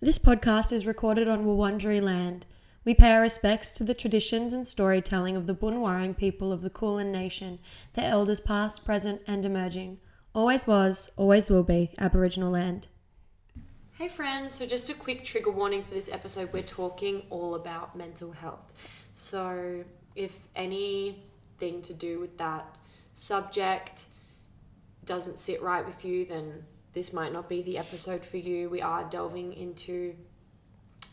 This podcast is recorded on Wurundjeri land. We pay our respects to the traditions and storytelling of the Bunwarang people of the Kulin Nation, the elders past, present, and emerging. Always was, always will be Aboriginal land. Hey friends, so just a quick trigger warning for this episode. We're talking all about mental health. So, if anything to do with that subject doesn't sit right with you, then this might not be the episode for you. We are delving into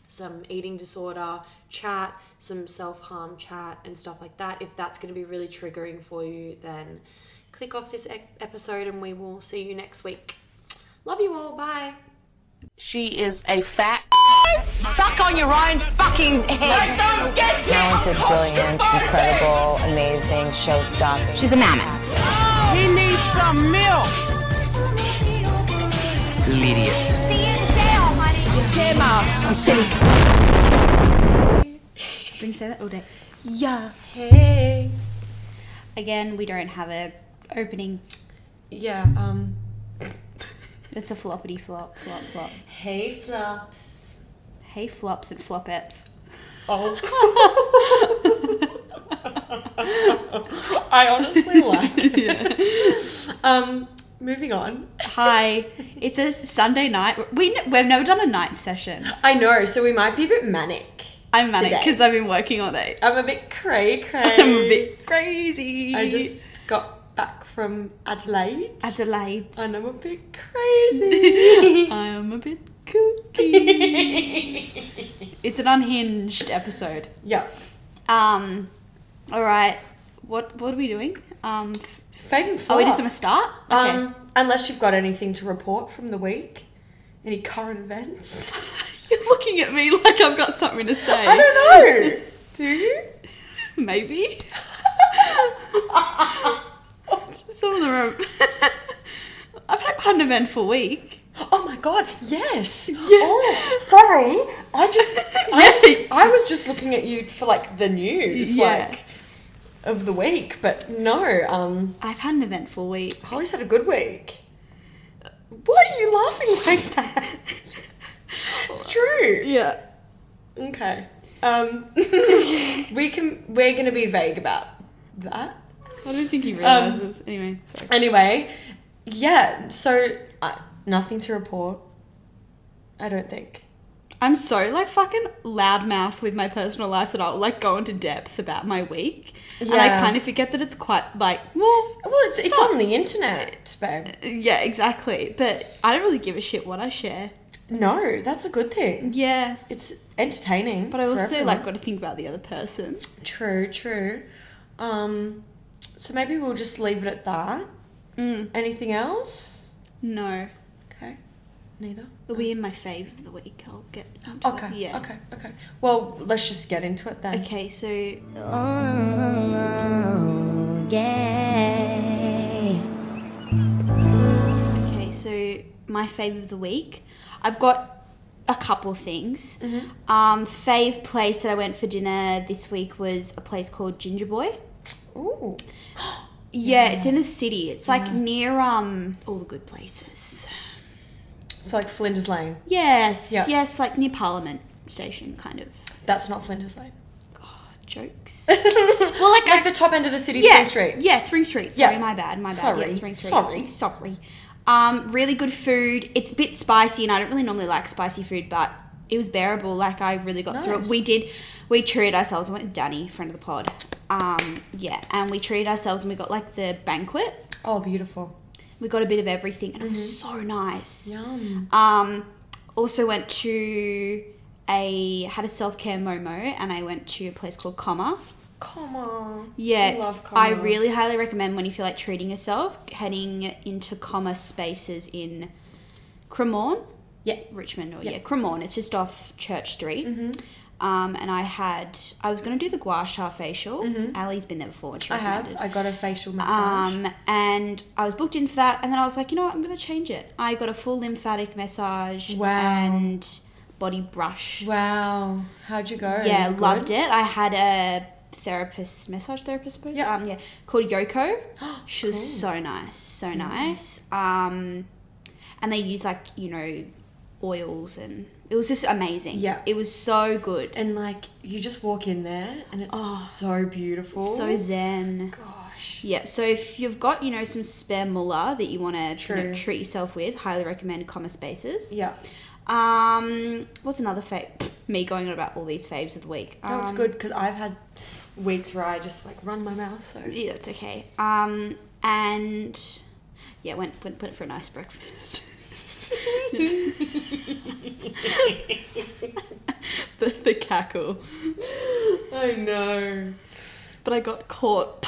some eating disorder chat, some self harm chat, and stuff like that. If that's going to be really triggering for you, then click off this ep- episode and we will see you next week. Love you all. Bye. She is a fat. Suck on your own fucking head. don't get talented, brilliant, incredible, amazing, showstopper. She's a mammoth. He needs some milk. Idiot. See you in jail, honey. Yeah. Hey. Again, we don't have a opening. Yeah, um. It's a floppity flop, flop, flop. Hey, Flops. Hey, flops and flopettes. Oh. I honestly like it. Um, moving on. Hi. It's a Sunday night. We n- we've never done a night session. I know, so we might be a bit manic. I'm manic Today. because I've been working all day. I'm a bit cray cray. I'm a bit crazy. I just got back from Adelaide. Adelaide. and I'm a bit crazy. I'm a bit kooky. it's an unhinged episode. yeah. Um. All right. What what are we doing? Um. f- Favourite Are flop. we just gonna start? Okay. Um, unless you've got anything to report from the week, any current events. You're looking at me like I've got something to say. I don't know. Do you? Maybe. Some of the room. I've had quite an eventful week. Oh my god, yes. Oh, sorry. I just, I just I was just looking at you for like the news Yeah. like of the week, but no, um I've had an eventful week. Holly's had a good week. Why are you laughing like that? it's true. Yeah. Okay. Um we can we're going to be vague about that. I don't Um, think he realizes. anyway, sorry. Anyway, yeah, so uh, nothing to report. I don't think. I'm so like fucking loudmouth with my personal life that I'll like go into depth about my week. And I Yeah. kind of forget that it's quite like, well, Well, it's, it's on the internet, babe. yeah, exactly. But I don't really give a shit what I share. No, that's a good thing. Yeah. It's entertaining. But I for also everyone. like got to think about the other person. true, true. Um, so maybe we'll just leave it at that. Mm. Anything else? No. Okay, neither. It'll be in my fave of the week. I'll get. I'll do it. Okay, Yeah. okay, okay. Well, let's just get into it then. Okay, so okay, so my fave of the week. I've got a couple things. Mm-hmm. Um, fave place that I went for dinner this week was a place called Ginger Boy. Ooh, Yeah, it's in the city. It's like near um all the good places. so like Flinders Lane. Yes, Yeah. yes, like near Parliament Station, kind of. Oh, That's not Flinders Lane. Jokes. well, like like the top end of the city, yeah, Spring Street. Yeah, Spring Street. Sorry, Yeah. my bad, my bad. Sorry, Yeah, Spring Street. sorry. Sorry. Um, really good food. It's a bit spicy, and I don't really normally like spicy food, but it was bearable. Like I really got through it. Nice. We did. We treated ourselves. I went with Danny, friend of the pod. Um, yeah, and we treated ourselves, and we got like the banquet. Oh, beautiful. Mm-hmm. We got a bit of everything, and it was so nice. Yum. Um, also went to a had a self care momo, and I went to a place called Comma. Come on. Yeah, I it's- love I Comma. really highly recommend when you feel like treating yourself, heading into comma spaces in Cremorne, Yeah. Richmond, or Yeah. Mm-hmm. yeah, Cremorne. It's just off Church Street. Um, and I had, I was going to do the gua sha facial. Ali's been there before. and she Mm-hmm. I have. recommended. I got a facial massage. Um, and I was booked in for that, and then I was like, you know what, I'm going to change it. I got a full lymphatic massage Wow. and body brush. wow. How'd you go? Yeah, Was it loved good? it. I had a therapist, massage therapist, I suppose. Yeah. Um, yeah, called Yoko. She was Mm-hmm. so nice, so nice. Um, and they use like you know oils and it was just amazing. Yeah. It was so good. Oh. And like you just walk in there and it's so beautiful. So zen. gosh. Yep. So if you've got, you know, some spare mullah that you want to True. treat yourself with, highly recommend Comma Spaces. Yeah. Um, what's another fave? Me going on about all these faves of the week. No, it's Um, good because I've had weeks where I just like run my mouth. So Yeah, that's okay. Um, and yeah, went went went for a nice breakfast. the, the cackle, I know. but I got caught.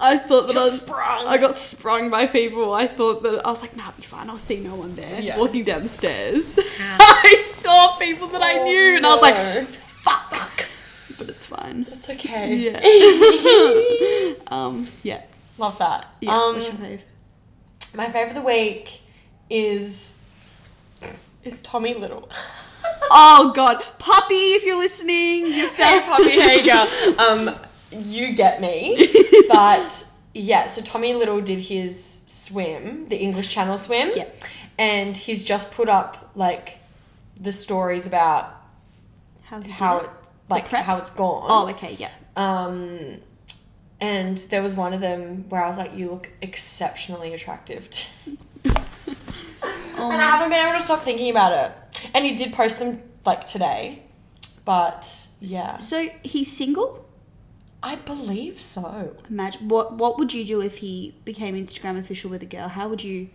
I thought that I was Just sprung. I got sprung by people. I thought that I was like, nah, it'll be fine. I'll see no one there. Yeah. Walking down the stairs, I saw people that I knew, and I was no. like, fuck. But it's fine. It's okay. Yeah. um. Yeah. Love that. Yeah. um, what's your fave? my favorite of the week is is Tommy Little. Oh God, puppy! If you're listening, you hey, Poppy Hager. Um, you get me. But yeah, so Tommy Little did his swim, the English Channel swim. Yep. And he's just put up like the stories about how, you how do it like prep? how it's gone. Oh, okay, yeah. Um, and there was one of them where I was like, "You look exceptionally attractive," and I haven't been able to stop thinking about it. And he did post them like today, but yeah, So he's single. I believe so. Imagine what what would you do if he became Instagram official with a girl? How would you?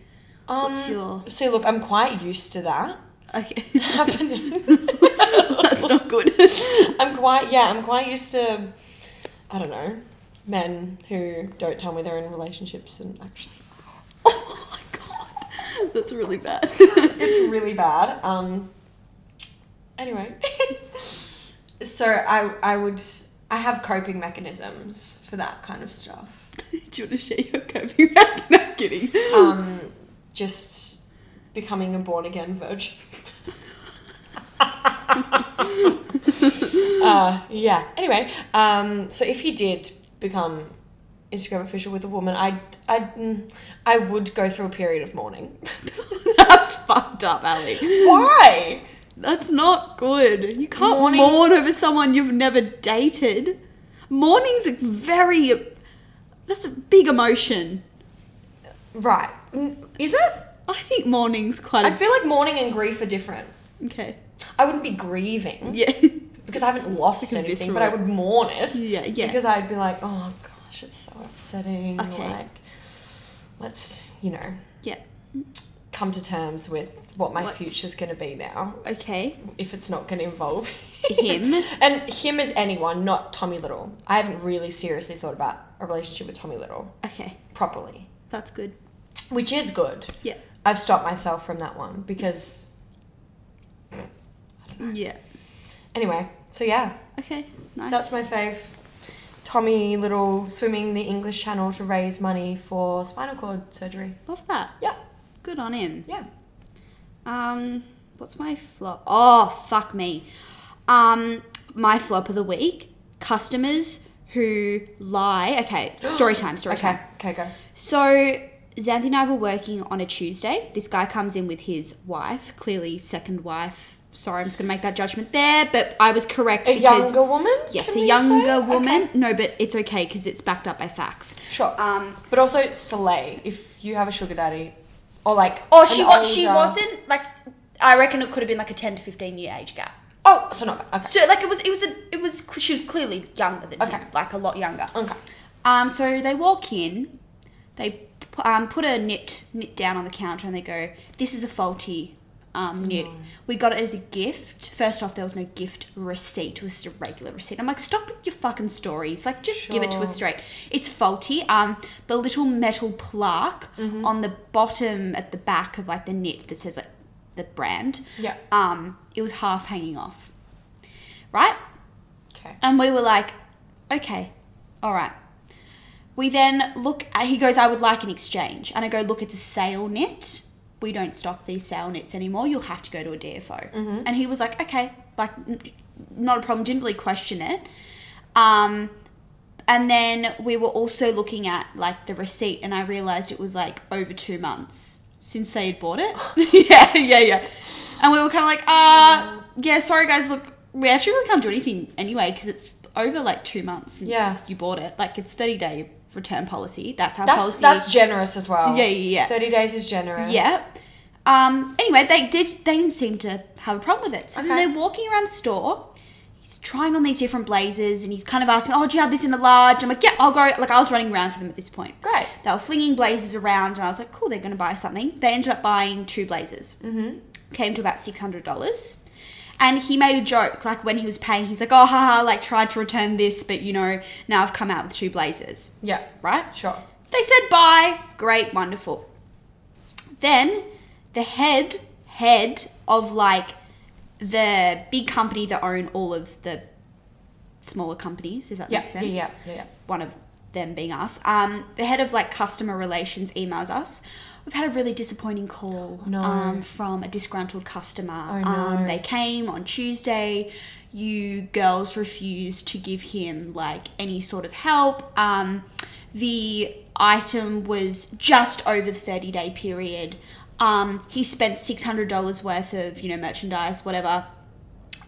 What's Um, your So look, I'm quite used to that okay? happening. That's not good. I'm quite yeah, I'm quite used to, I don't know, men who don't tell me they're in relationships and actually oh my god, that's really bad. it's really bad. Um. Anyway, so I I would I have coping mechanisms for that kind of stuff. do you want to share your coping? no, I'm kidding. Um, just becoming a born again virgin. uh, yeah. Anyway, um, so if he did become Instagram official with a woman, I I I would go through a period of mourning. That's fucked up, Ali. Why? That's not good. You can't Mourning- mourn over someone you've never dated. Mourning's a very. That's a big emotion. Right. N- Is it? I think mourning's quite a I feel like mourning and grief are different. okay. I wouldn't be grieving Yeah. because I haven't lost Like a anything, visceral- but I would mourn it. Yeah, yeah. Because I'd be like, oh gosh, it's so upsetting. Okay. Like, let's, you know, yeah. come to terms with what my What's- future's going to be now Okay. if it's not going to involve Him. and him is anyone, not Tommy Little. I haven't really seriously thought about a relationship with Tommy Little Okay. properly, That's good. which is good. Yeah. I've stopped myself from that one because, Yeah. anyway, so yeah. Okay. Nice. That's my fave. Tommy Little swimming the English Channel to raise money for spinal cord surgery. Love that. Yeah, Good on him. yeah. Um, what's my flop? Oh, fuck me. Um, my flop of the week: customers who lie. Okay, story time. Story Okay, time. okay, go. So Xanthi and I were working on a Tuesday. This guy comes in with his wife, clearly second wife. Sorry, I'm just gonna make that judgment there, but I was correct A because younger woman? yes, can we a say? younger woman. Okay. No, but it's okay because it's backed up by facts. Sure. Um, but also Soleil, if you have a sugar daddy, or like, oh, she was, she wasn't like. I reckon it could have been like a ten to fifteen year age gap. Oh, so not bad. Okay. So like it was, it was a, it was. cl- She was clearly younger than Okay. him, like a lot younger. Okay. Um, so they walk in, they p- um, put a knit knit down on the counter, and they go, "This is a faulty Oh um, knit. We got it as a gift. First off, there was no gift receipt. It was just a regular receipt. I'm like, stop with your fucking stories. Like, just give it to us straight. It's faulty. Um, the little metal plaque Mm-hmm. on the bottom at the back of like the knit that says like the brand. Yeah. Um, it was half hanging off. Right. Okay. And we were like, okay, all right. We then look at, he goes, I would like an exchange. And I go, look, it's a sale knit. We don't stock these sale knits anymore. You'll have to go to a DFO. And he was like, okay, like, n- not a problem. Didn't really question it. Um, and then we were also looking at like the receipt, and I realized it was like over two months since they had bought it. yeah, yeah, yeah. And we were kind of like, uh, yeah, sorry guys, look, we actually really can't do anything anyway because it's over like two months since Yeah. you bought it. Like it's 30 day return policy. That's our That's policy. that's generous as well. Yeah, yeah, yeah. Thirty days is generous. Yeah. Um, anyway, they did. They didn't seem to have a problem with it. So then Okay. they're walking around the store. He's trying on these different blazers, and he's kind of asking, "Oh, do you have this in a large?" I'm like, "Yeah, I'll go." Like I was running around for them at this point. Great. They were flinging blazers around, and I was like, "Cool, they're going to buy something." They ended up buying two blazers. Mm-hmm. Came to about six hundred dollars. And he made a joke, like when he was paying, he's like, "Oh, haha!" Like tried to return this, but you know, now I've come out with two blazers, Yeah. right? Sure. They said bye. Great, wonderful. Then the head head of like the big company that own all of the smaller companies, if that Yeah, makes sense. yeah, yeah, yeah. One of them being us. Um, the head of like customer relations emails us. We've had a really disappointing call No. um, from a disgruntled customer. Oh, no. um, they came on Tuesday. You girls refused to give him like any sort of help. Um, the item was just over the 30 day period. Um, he spent $600 worth of, you know, merchandise, whatever.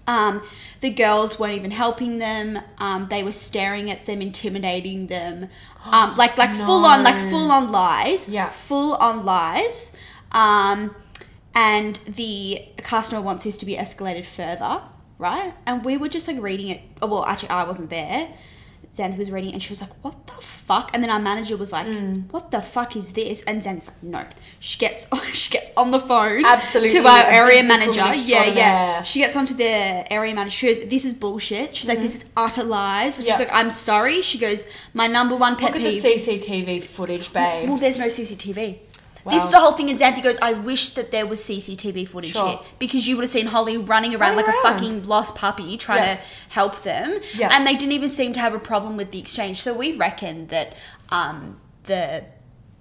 Um, the girls weren't even helping them. Um, they were staring at them, intimidating them, um, like like full on like full on lies. Yeah. full on lies. Um, and the customer wants this to be escalated further, right? And we were just like reading it. Oh, well, actually, I wasn't there. Xanth was reading it and she was like, What the fuck? And then our manager was like, Mm. What the fuck is this? And Xanth's like, No. She gets she gets on the phone Absolutely. to our A area businesswoman manager. Yeah, yeah. extraordinaire. She gets onto the area manager. She goes, This is bullshit. She's like, This is utter lies. And Mm-hmm. Yeah. She's like, I'm sorry. She goes, My number one pet Look at the peeve. CCTV footage, babe. Well, there's no CCTV. Wow. This is the whole thing, and Xanthi goes, I wish that there was CCTV footage Sure. here. Because you would have seen Holly running around Running like a around. fucking lost puppy trying Yeah. to help them. Yeah. And they didn't even seem to have a problem with the exchange. So we reckon that um, the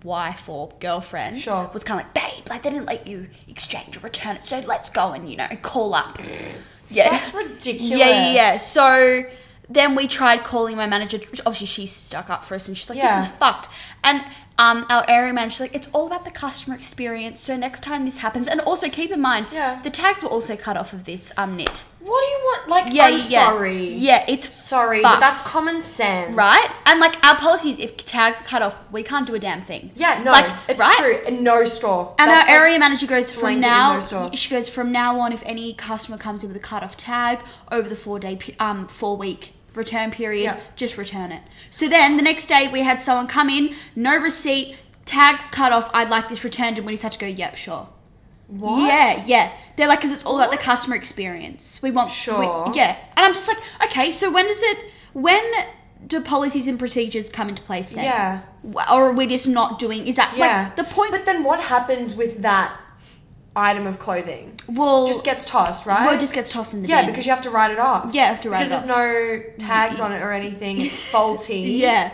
wife or girlfriend Sure. was kind of like, babe, like they didn't let you exchange or return it, so let's go and, you know, call up. Yeah. That's ridiculous. Yeah, yeah, yeah. So then we tried calling my manager. Obviously, she stuck up for us, and she's like, Yeah. "This is fucked." And um, our area manager's like, "It's all about the customer experience. So next time this happens, and also keep in mind, Yeah. the tags were also cut off of this um knit. What do you want? Like, Yeah, I'm yeah, yeah. sorry. Yeah, it's Sorry, but fucked, that's common sense. right. And like our policies, if tags are cut off, we can't do a damn thing. Yeah, no, like it's right? true. And No store. And That's our like- area manager goes blanket from in now. their store." She goes from now on. If any customer comes in with a cut off tag over the four day, pe- um, four week return period, Yeah. just return it. So then the next day we had someone come in, no receipt, tags cut off. I'd like this returned, and we just had to go. Yep, sure. What? Yeah, yeah. They're like, because it's all about the customer experience. We want we- Sure. yeah, and I'm just like, okay. So when does it? When do policies and procedures come into place then? Yeah. W- Or are we just not doing? Is that Yeah. like the point? But then what happens with that item of clothing? well, just gets tossed, right? Well, it just gets tossed in the yeah, bin. because you have to write it off. Yeah, you have to write because it there's no tags on it or anything. It's faulty. yeah,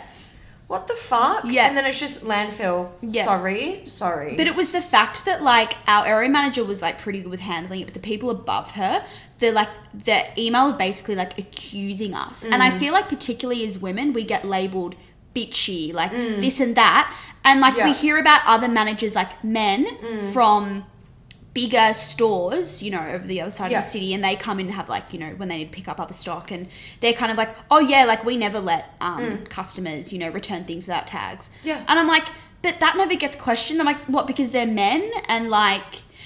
What the fuck? Yeah. And then it's just landfill. Yeah. Sorry, sorry. but it was the fact that like our area manager was like pretty good with handling it, but the people above her, they're like the email is basically like accusing us, and Mm. I feel like particularly as women, we get labeled bitchy, like this and that, and like we Mm. Yeah. Mm. hear about other managers like men from bigger stores, you know, over the other side Yeah. of the city, and they come in and have like, you know, when they need to pick up other stock, and they're kind of like, oh yeah, like we never let um, customers, you know, return things without tags. Mm. Yeah. And I'm like, but that never gets questioned. I'm like, what? Because they're men, and like.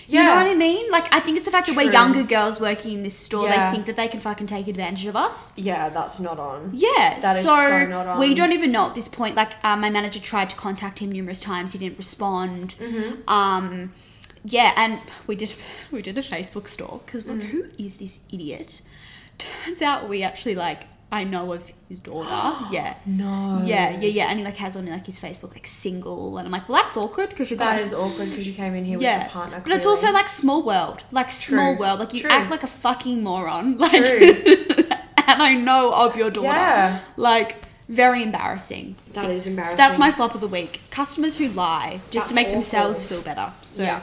You know Yeah. what I mean? Like, I think it's the fact that we're True. younger girls working in this store. Yeah. They think that they can fucking take advantage of us. yeah, that's not on. Yeah, That is so, so not we on. don't even know at this point. Like uh, my manager tried to contact him numerous times, he didn't respond. Mm-hmm. Um, yeah, and we did we did a Facebook stalk because Mm-hmm. who is this idiot? Turns out we actually like I know of his daughter. yeah. No. Yeah, yeah, yeah, and he like has on like his Facebook like single, and I'm like, well, that's awkward because you're That going- is awkward because you came in here with a partner. but it's clearly. also like small world, like small True. world. Like you True. act like a fucking moron. Like, True. and I know of your daughter. Yeah. Like very embarrassing. That is So embarrassing. that's my flop of the week. Customers who lie just That's to make awful. themselves feel better. So Yeah.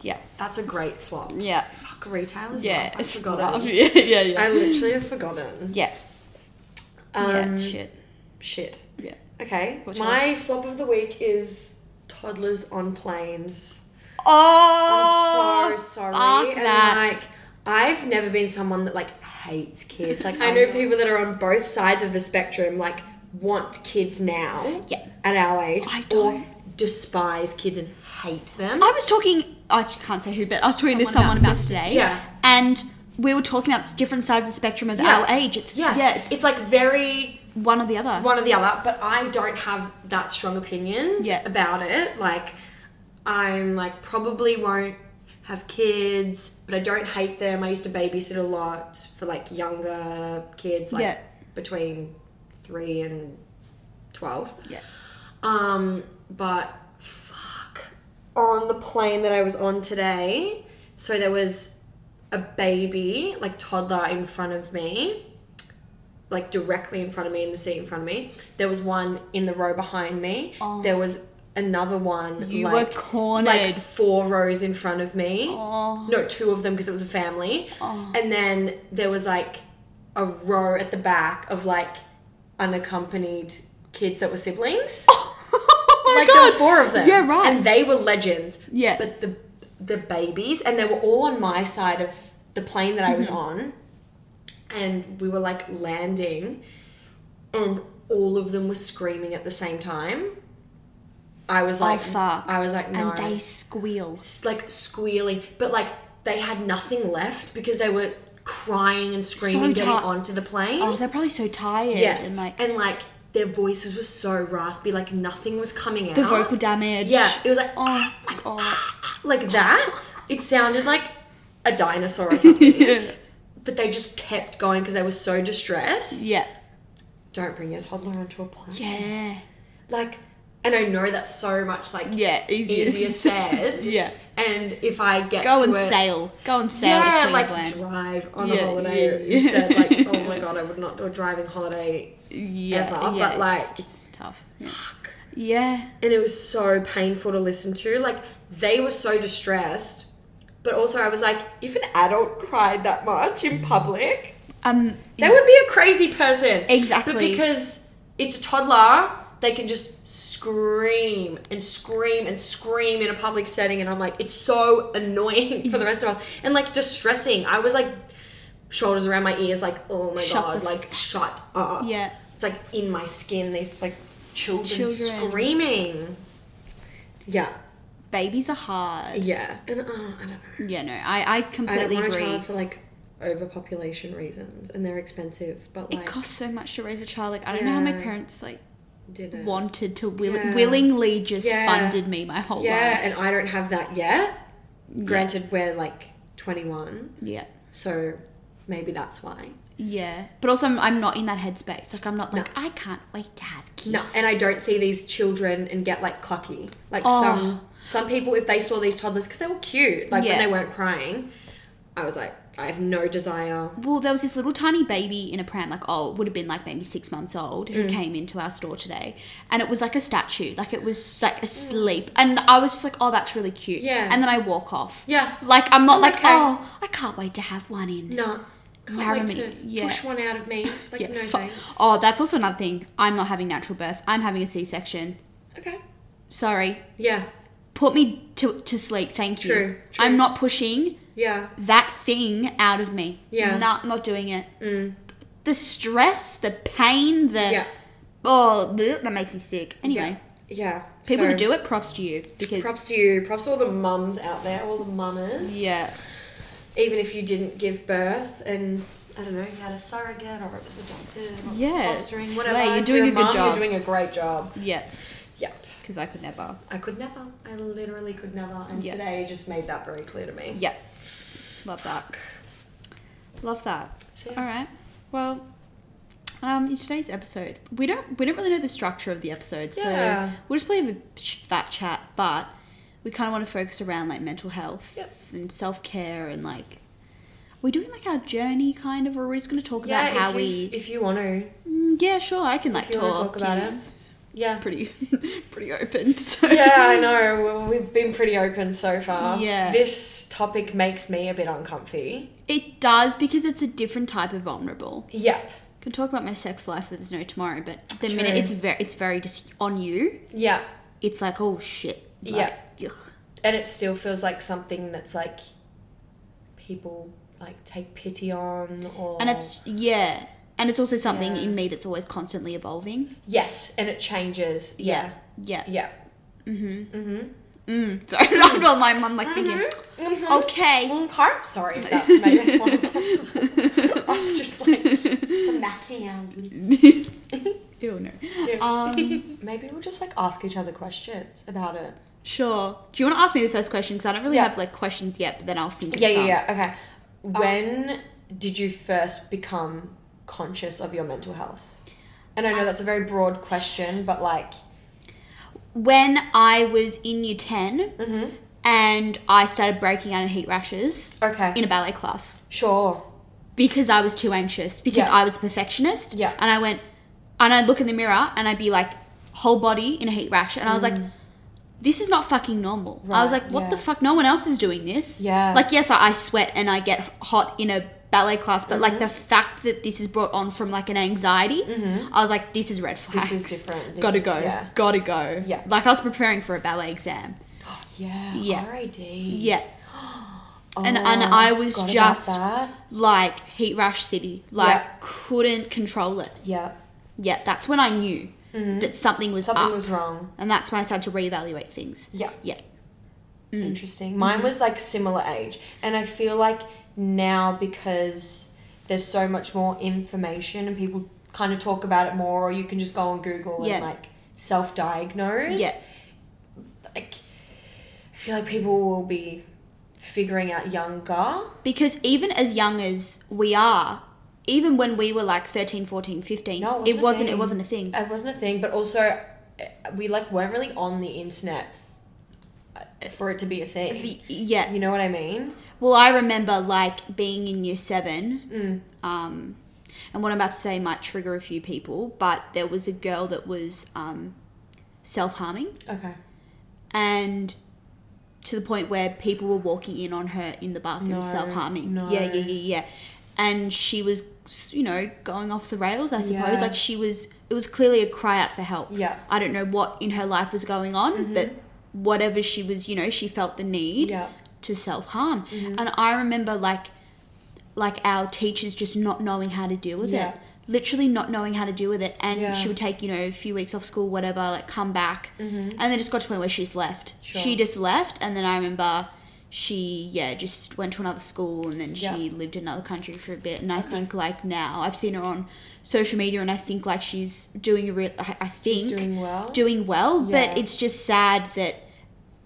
yeah, yeah, That's a great flop. yeah, Fuck retailers. yeah. Yeah, I forgot rough. it. Yeah, yeah, yeah. I literally have forgotten. yeah. Um, yeah. Shit. Shit. Yeah. Okay. What's my flop of the week is toddlers on planes. Oh, so sorry. and fuck that. like I've never been someone that like hates kids. Like I know people that are on both sides of the spectrum, like want kids now Yeah. at our age. I Or don't. despise kids and hate them. I was talking. I can't say who, but I was talking to someone about today. Yeah. and we were talking about different sides of the spectrum of Yeah. our age. It's yes. yeah, it's, it's like very one or the other. one or the other, but I don't have that strong opinions Yeah. about it. Like, I'm like probably won't have kids, but I don't hate them. I used to babysit a lot for like younger kids, like Yeah. between three and twelve. Yeah. Um, but fuck. On the plane that I was on today, so there was a baby, like toddler, in front of me, like directly in front of me in the seat in front of me. There was one in the row behind me. There was another one. You like, were cornered. Like four rows in front of me. No, two of them because it was a family. And then there was like a row at the back of like unaccompanied kids that were siblings Oh my like there were four of them. Yeah, right. And they were legends. Yeah. But the the babies, and they were all on my side of the plane that I was Mm-hmm. on, and we were like landing, and all of them were screaming at the same time. I was oh like, fuck! I was like, no and they squeal. s- like squealing, but like they had nothing left because they were crying and screaming getting ti- onto the plane. Oh, they're probably so tired. yes, and like their voices were so raspy, like nothing was coming out. the vocal damage. Yeah, it was like Oh god. like that. It sounded like a dinosaur or something. But they just kept going because they were so distressed. Yeah. Don't bring your toddler onto a plane. Yeah. Like, and I know that's so much like Yeah. Easier, easier said. yeah. And if I get Go to and it- sail. Go and sail. Yeah, to like Queensland. drive on a Yeah, holiday yeah. instead. Like, oh my god, I would not do a driving holiday. yeah, ever, yeah, but, it's, like- it's tough. Yeah. yeah. and it was so painful to listen to. Like they were so distressed, but also I was like, if an adult cried that much in public, Um. they would be a crazy person. But Exactly. because it's a toddler, they can just scream and scream and scream in a public setting, and I'm like, it's so annoying for the rest of us and like distressing. I was like. Shoulders around my ears, like oh my Shut god, the like shut up. Yeah. it's like in my skin. These like children. Children. screaming. Yeah, Babies are hard. yeah. And uh, I don't know. Yeah. No. I. I I don't completely want to agree. child for like overpopulation reasons, and they're expensive. But It like, costs so much to raise a child. Like I don't know how my Yeah. parents like did it. wanted to will- Yeah. willingly just Yeah. funded me my whole yeah, life. and I don't have that yet. Granted, we're like 21, Yeah. so maybe that's why. Yeah. But also, I'm, I'm not in that headspace. Like I'm not like I can't wait to have kids. No, and I don't see these children and get like clucky. Like Oh. some some people, if they saw these toddlers because they were cute, like when Yeah. they weren't crying, I was like, I have no desire. Well, there was this little tiny baby in a pram, like, oh, it would have been like maybe six months old, Mm. who came into our store today. And it was like a statue, like it was like asleep. And I was just like, oh, that's really cute. Mm. Yeah. And then I walk off. Yeah. Like, I'm not I'm like, okay. oh, I can't wait to have one in. No, can't Marry wait me. to Yeah. push one out of me. Like Yeah, no fu- thanks. oh, that's also another thing. I'm not having natural birth. I'm having a C section. Okay. Sorry. Yeah. Put me to, to sleep. Thank you. True, true. I'm not pushing Yeah. that thing out of me. Yeah. Mm. Not, not doing it. The stress, the pain, the. Yeah. Oh, bleh, that makes me sick. Anyway, Yeah. people so, that do it, props to you because Props to you. Props to all the mums out there, all the mamas. yeah, Even if you didn't give birth and I don't know, you had a surrogate or it was adopted or Yeah, fostering, slay, whatever. you're If doing you're a good mum, job. You're doing a great job. yeah, Yep. because I could never. I could never. I literally could never. And Yeah. today just made that very clear to me. Yeah, love that. Love that. So, All right. Well, um, in today's episode, we don't we don't really know the structure of the episode, so Yeah. we'll just probably have a sh- fat chat, but we kind of want to focus around like mental health Yep. and self care and like. We're doing like our journey, kind of, or we're just going to talk Yeah, about how if, we. you, if you want to, Mm, yeah, sure, I can like if you talk. want to talk about you it. know. Yeah. It's pretty, pretty open. So. yeah, Um, I know. Well, We've been pretty open so far. Yeah. This topic makes me a bit uncomfy. It does because it's a different type of vulnerable. Yep. I can talk about my sex life that there's no tomorrow, but the True. minute it's very, it's very just on you. Yeah. It's like oh shit. Like, Yeah. ugh. and it still feels like something that's like people like take pity on or And it's yeah, and it's also something Yeah. in me that's always constantly evolving. yes, and it changes. Yeah, yeah. yeah. Mm-hmm. So I'm not my mum like thinking, okay, Mm, harp. Sorry if that made one. I was just like smacking our lips. ew no. Um, Maybe we'll just like ask each other questions about it. Sure. Do you want to ask me the first question? Because I don't really Yeah. have like questions yet, but then I'll think. Of Yeah, some. yeah, yeah. Okay. When did you first become conscious of your mental health? And I know that's a very broad question, but like, When I was in year 10 Mm-hmm. and I started breaking out in heat rashes Okay. in a ballet class sure. because I was too anxious because Yeah. I was a perfectionist. Yeah. And I went and I'd look in the mirror and I'd be like whole body in a heat rash and I was like this is not fucking normal. I was Mm. Right, like what the yeah. fuck no one else is doing this. Yeah. Like yes, I, I sweat and I get hot in a ballet class but like the Mm-hmm. fact that this is brought on from like an anxiety i was like this is red flags is different. Mm-hmm. This gotta is- go yeah. gotta go Yeah. like i was preparing for a ballet exam Yeah. Yeah. RAD. yeah Oh, and and I I was forgot about just that. like heat rash city, like Yeah. couldn't control it. Yeah. Yeah, that's when I knew that something was Mm-hmm. Something up, was wrong. and that's when I started to reevaluate things. Yeah. Yeah, Mm. Interesting. Mine was like similar age, and I feel like now because there's so much more information and people kind of talk about it more, or you can just go on Google Yeah. and like self-diagnose. Yeah. Like, I feel like people will be figuring out younger. because even as young as we are, even when we were like 13, 14, 15, No, it it wasn't. a wasn't it thing. wasn't a thing. It wasn't a thing, but also uh, we like weren't really on the internet uh, for it to be a thing. Y- yeah. You know what I mean? Well, I remember like being in year seven, Mm. um, and what I'm about to say might trigger a few people, but there was a girl that was um, self harming. Okay. and to the point where people were walking in on her in the bathroom No, self-harming no. yeah yeah yeah yeah and she was you know going off the rails i Yeah. suppose like she was it was clearly a cry out for help Yeah. Mm-hmm. i don't know what in her life was going on but whatever she was you know she felt the need Yeah. Mm-hmm. to self-harm and i remember like like our teachers just not knowing how to deal with Yeah. it literally not knowing how to deal with it and Yeah. she would take you know a few weeks off school whatever like come back and then it just got to a point where she's left Mm-hmm. Sure. she just left and then i remember she yeah just went to another school and then she Yeah. lived in another country for a bit and i think like now i've seen her on social media and i think like she's doing a real i I think doing well? doing well Yeah. but it's just sad that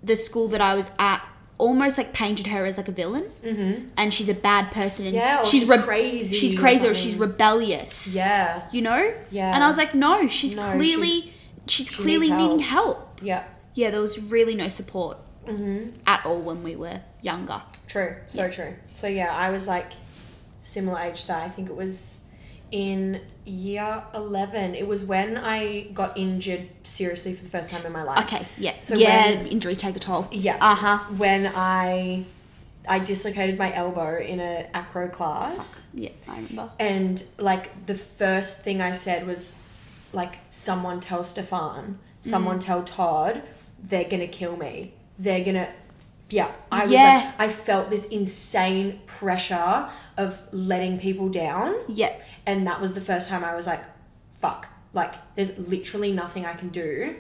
the school that i was at almost like painted her as like a villain mm-hmm. and she's a bad person and Yeah, or she's, she's reb- crazy she's or crazy or, she's something. rebellious Yeah. you know Yeah. and i was like no she's No, clearly she's- she's, clearly needs needing help. help Yeah. yeah there was really no support Mm-hmm. at all when we were younger True, so true. So yeah, I was like similar age to that. I think it was in year eleven. It was when I got injured seriously for the first time in my life. okay yeah So yeah when- injuries take a toll Yeah. uh-huh When I I dislocated my elbow in a acro class, yeah i remember and like the first thing I said was like, "Someone tell Stefan. Someone tell Todd. They're gonna kill me. They're gonna." Yeah, I was Yeah. like, I felt this insane pressure of letting people down. yeah And that was the first time I was like, fuck, like, there's literally nothing I can do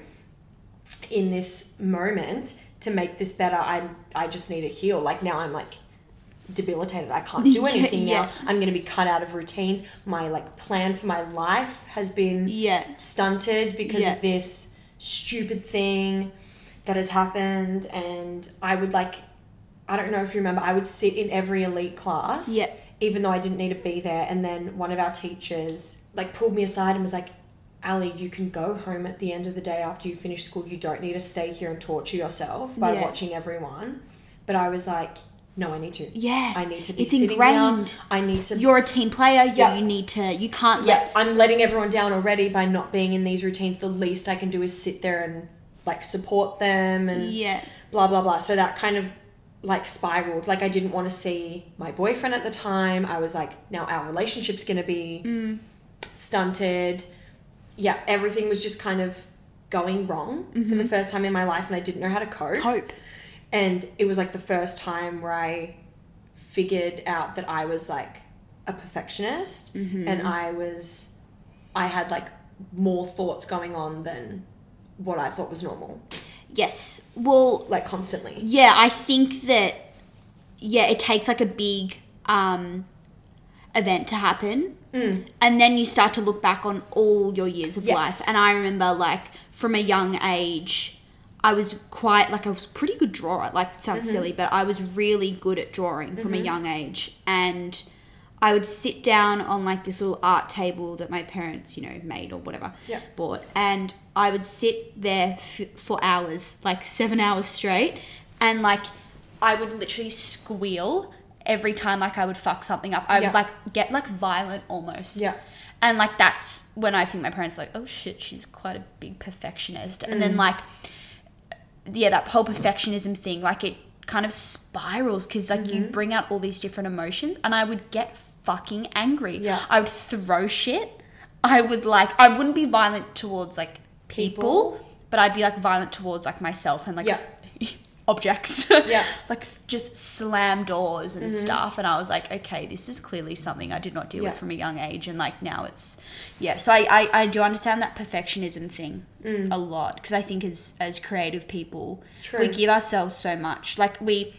in this moment to make this better. I, I just need to heal. Like, now I'm like debilitated. I can't do Yeah, anything yeah. now. I'm going to be cut out of routines. My, like, plan for my life has been Yeah. stunted because Yeah. of this stupid thing that has happened. And I would, like, I don't know if you remember, I would sit in every elite class. Yeah. Even though I didn't need to be there. And then one of our teachers like pulled me aside and was like, Ali, you can go home at the end of the day after you finish school. You don't need to stay here and torture yourself by Yeah. watching everyone. But I was like, no, I need to. Yeah. I need to be It's sitting ingrained. down. I need to. you're a team player Yeah. you need to you can't let yeah, I'm letting everyone down already by not being in these routines. The least I can do is sit there and like support them and Yeah. blah blah blah. So that kind of like spiraled. Like I didn't want to see my boyfriend at the time. I was like, now our relationship's gonna be stunted. Yeah, everything was just kind of going wrong for the first time in my life, and I didn't know how to cope. cope And it was like the first time where I figured out that I was like a perfectionist Mm-hmm. and I was, I had like more thoughts going on than what I thought was normal, Yes. Well, like constantly. yeah, I think that yeah, it takes like a big um event to happen. And then you start to look back on all your years of Yes. life. And I remember like from a young age I was quite like I was a pretty good drawer. Like it sounds Mm-hmm. silly, but I was really good at drawing from a young age and I would sit down on like this little art table that my parents, you know, made or whatever, Yeah. bought, and I would sit there f- for hours, like seven hours straight, and like I would literally squeal every time like I would fuck something up. I Yeah. would like get like violent almost. Yeah. And like that's when I think my parents were like, oh shit, she's quite a big perfectionist. And Mm. then like yeah, that whole perfectionism thing, like it kind of spirals because like Mm-hmm. you bring out all these different emotions, and I would get fucking angry. Yeah. I would throw shit. I would like I wouldn't be violent towards like people, but I'd be like violent towards like myself and like Yeah. objects. Yeah. Mm-hmm. like just slam doors and stuff. And I was like, okay, this is clearly something I did not deal Yeah. with from a young age. And like now it's, yeah. So I, I, I do understand that perfectionism thing a lot because I think as, as creative people, Mm. True. we give ourselves so much. Like we,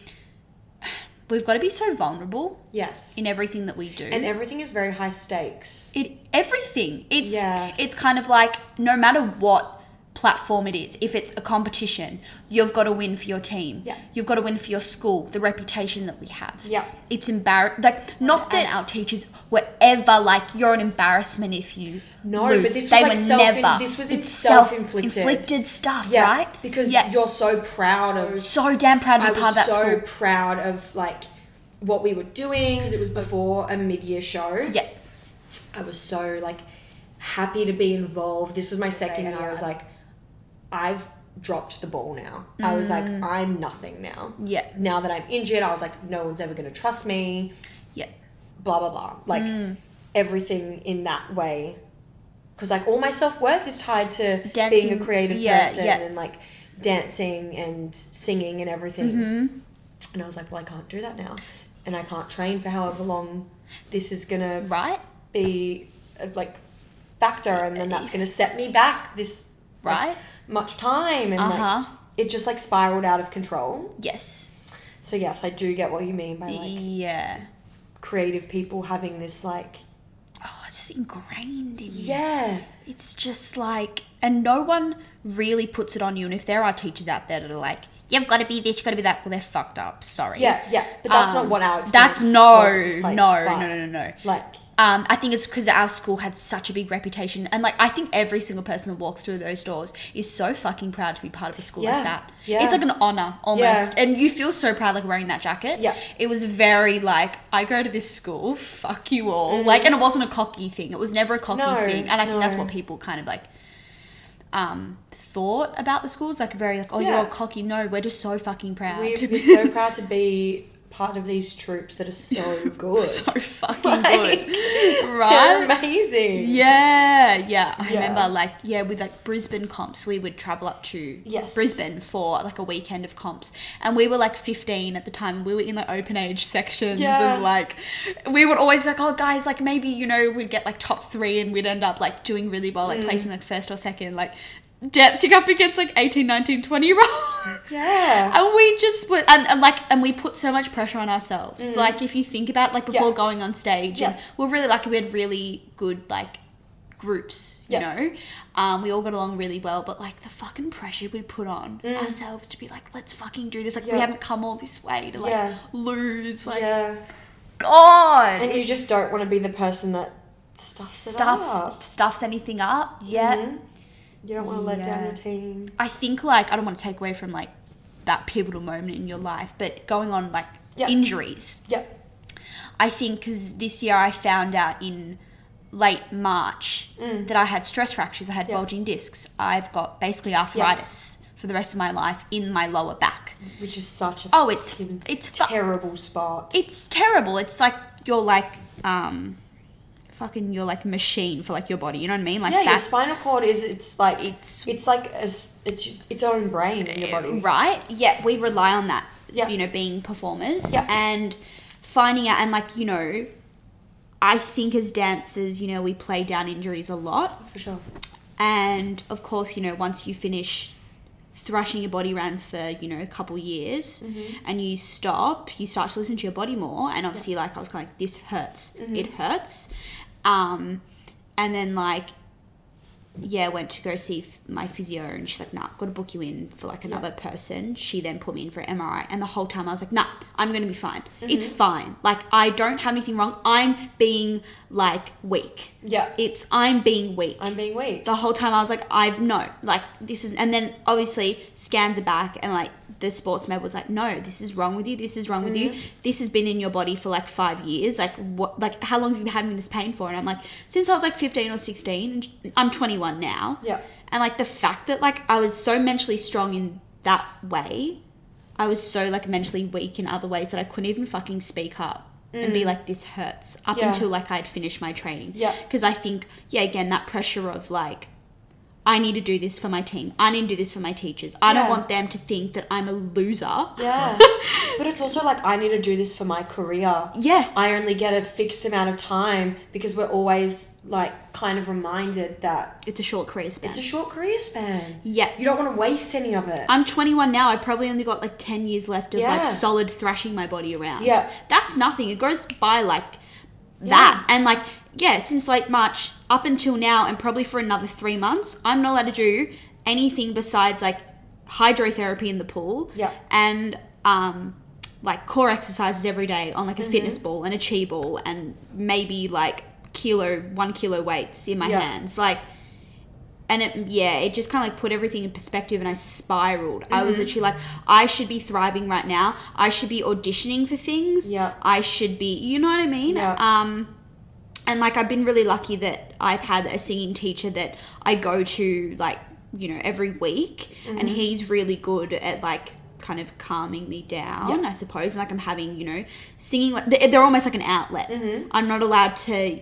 we've got to be so vulnerable Yes. in everything that we do. and everything is very high stakes. it everything. It's Yeah. it's kind of like no matter what platform it is, if it's a competition, you've got to win for your team. Yeah. You've got to win for your school, the reputation that we have. Yeah. It's embarrassing. Like not that our teachers were ever like you're an embarrassment if you No, lose. but this was they like were self- never. this was it's self-inflicted. inflicted stuff, Yeah, right? because yeah. you're so proud of. so damn proud to I be part was of that so school. proud of like what we were doing because it was before a mid-year show. Yeah. I was so like happy to be involved. This was my second, and I was like, I've dropped the ball now. I was like, I'm nothing now. Mm. Yeah. Now that I'm injured, I was like, no one's ever going to trust me. Yeah. Blah blah blah. Like Mm. everything in that way, because like all my self worth is tied to being a Dancing, creative yeah, person yeah. and like dancing and singing and everything. Mm-hmm. And I was like, well, I can't do that now, and I can't train for however long this is gonna Right? be a, uh, like factor and then that's going to set me back this like, Right? much time and Uh-huh. like it just like spiraled out of control Yes. so yes i do get what you mean by like yeah. creative people having this like Oh, it's just ingrained in you. yeah It's just like, and no one really puts it on you. And if there are teachers out there that are like, you've got to be this, you've got to be that, well, they're fucked up. Sorry. yeah yeah but that's not Um, what our That's experience no, was at this place, no, but, no, no, no, no. like Um, I think it's because our school had such a big reputation, and like I think every single person that walks through those doors is so fucking proud to be part of a school Yeah, like that. yeah. It's like an honor almost, Yeah. and you feel so proud like wearing that jacket. Yeah. it was very like I go to this school, fuck you all, like, and it wasn't a cocky thing. It was never a cocky Mm-hmm. No, thing, and I think that's no. what people kind of like um thought about the schools, like very like, oh, Yeah. you're cocky. No, we're just so fucking proud we, to we're be so proud to be part of these troops that are so good so fucking Like, good, they're right? amazing Yeah, yeah. I Yeah. remember like yeah, with like Brisbane comps, we would travel up to Yes. Brisbane for like a weekend of comps. And we were like 15 at the time. We were in the open age sections Yeah. and like we would always be like, "Oh guys, like maybe you know, we'd get like top 3 and we'd end up like doing really well, Mm. like placing like first or second, like dancing up against like 18, 19, 20 year olds. Yeah. And we just were and, and like and we put so much pressure on ourselves. Like if you think about like before Mm. Yeah. going on stage and Yeah. we're really lucky we had really good like groups you Yeah. know um, we all got along really well but like the fucking pressure we put on ourselves to be like let's fucking do this like Mm. Yeah. we haven't come all this way to like Yeah. lose like yeah god and you just don't want to be the person that stuffs it up. stuffs stuffs anything up yeah Mm-hmm. You don't want to let down Yeah. your team. I think like I don't want to take away from like that pivotal moment in your life but going on like Yeah. injuries Yep. I think because this year I found out in late March Mm. that I had stress fractures, I had bulging discs, I've got basically arthritis for the rest of my life in my lower back. Which is such a Oh, it's fucking it's fu- terrible spot. it's terrible. It's like you're like um, fucking your like machine for like your body. You know what I mean? Like yeah, your that's spinal cord is it's like It's- it's it's like a s it's its own brain in your body. right. Yeah, we rely on that. Yeah. you know, being performers Yeah. and finding out and like you know. I think as dancers, you know, we play down injuries a lot. For sure. And of course, you know, once you finish thrashing your body around for, you know, a couple years Mm-hmm. and you stop, you start to listen to your body more. And obviously, like, I was kind of like, this hurts. Mm-hmm. It hurts. Um, and then, like, yeah, went to go see f- my physio and she's like, nah, gotta book you in for like another person. She then put me in for an MRI. And the whole time I was like, nah, I'm gonna be fine. It's Mm-hmm. fine. Like, I don't have anything wrong. I'm being like weak. Yeah. It's, I'm being weak I'm being weak. the whole time I was like, I no, like this is, and then obviously scans are back, and like the sports med was like, no, this is wrong with you. This is wrong with Mm. you. This has been in your body for like five years. Like what? Like how long have you been having this pain for? And I'm like, since I was like 15 or 16. and I'm 21 now. Yeah. And like the fact that like I was so mentally strong in that way, I was so like mentally weak in other ways that I couldn't even fucking speak up and be like, this hurts up Mm. Yeah. until like I'd finished my training. Yeah. Because I think, yeah, again, that pressure of like, I need to do this for my team. I need to do this for my teachers. I don't Yeah. want them to think that I'm a loser. Yeah. but it's also like I need to do this for my career. Yeah. I only get a fixed amount of time because we're always like kind of reminded that It's a short career span. it's a short career span. Yeah. You don't want to waste any of it. I'm 21 now. I probably only got like 10 years left of like Yeah. solid thrashing my body around. Yeah. That's nothing. It goes by like that. And like, yeah, since late March up until now, and probably for another three months, I'm not allowed to do anything besides like hydrotherapy in the pool. Yeah. And, um, like core exercises every day on Mm-hmm. like a fitness ball and a chi ball and maybe like kilo one kilo weights in my Yeah. hands like and it yeah it just kind of like put everything in perspective and i spiraled i Mm-hmm. was literally like i should be thriving right now i should be auditioning for things Yeah. i should be you know what i mean Yeah. um and like i've been really lucky that i've had a singing teacher that i go to like you know every week and he's really good at like kind of calming me down i suppose and like i'm having you know singing like they- they're almost like an outlet i'm not allowed to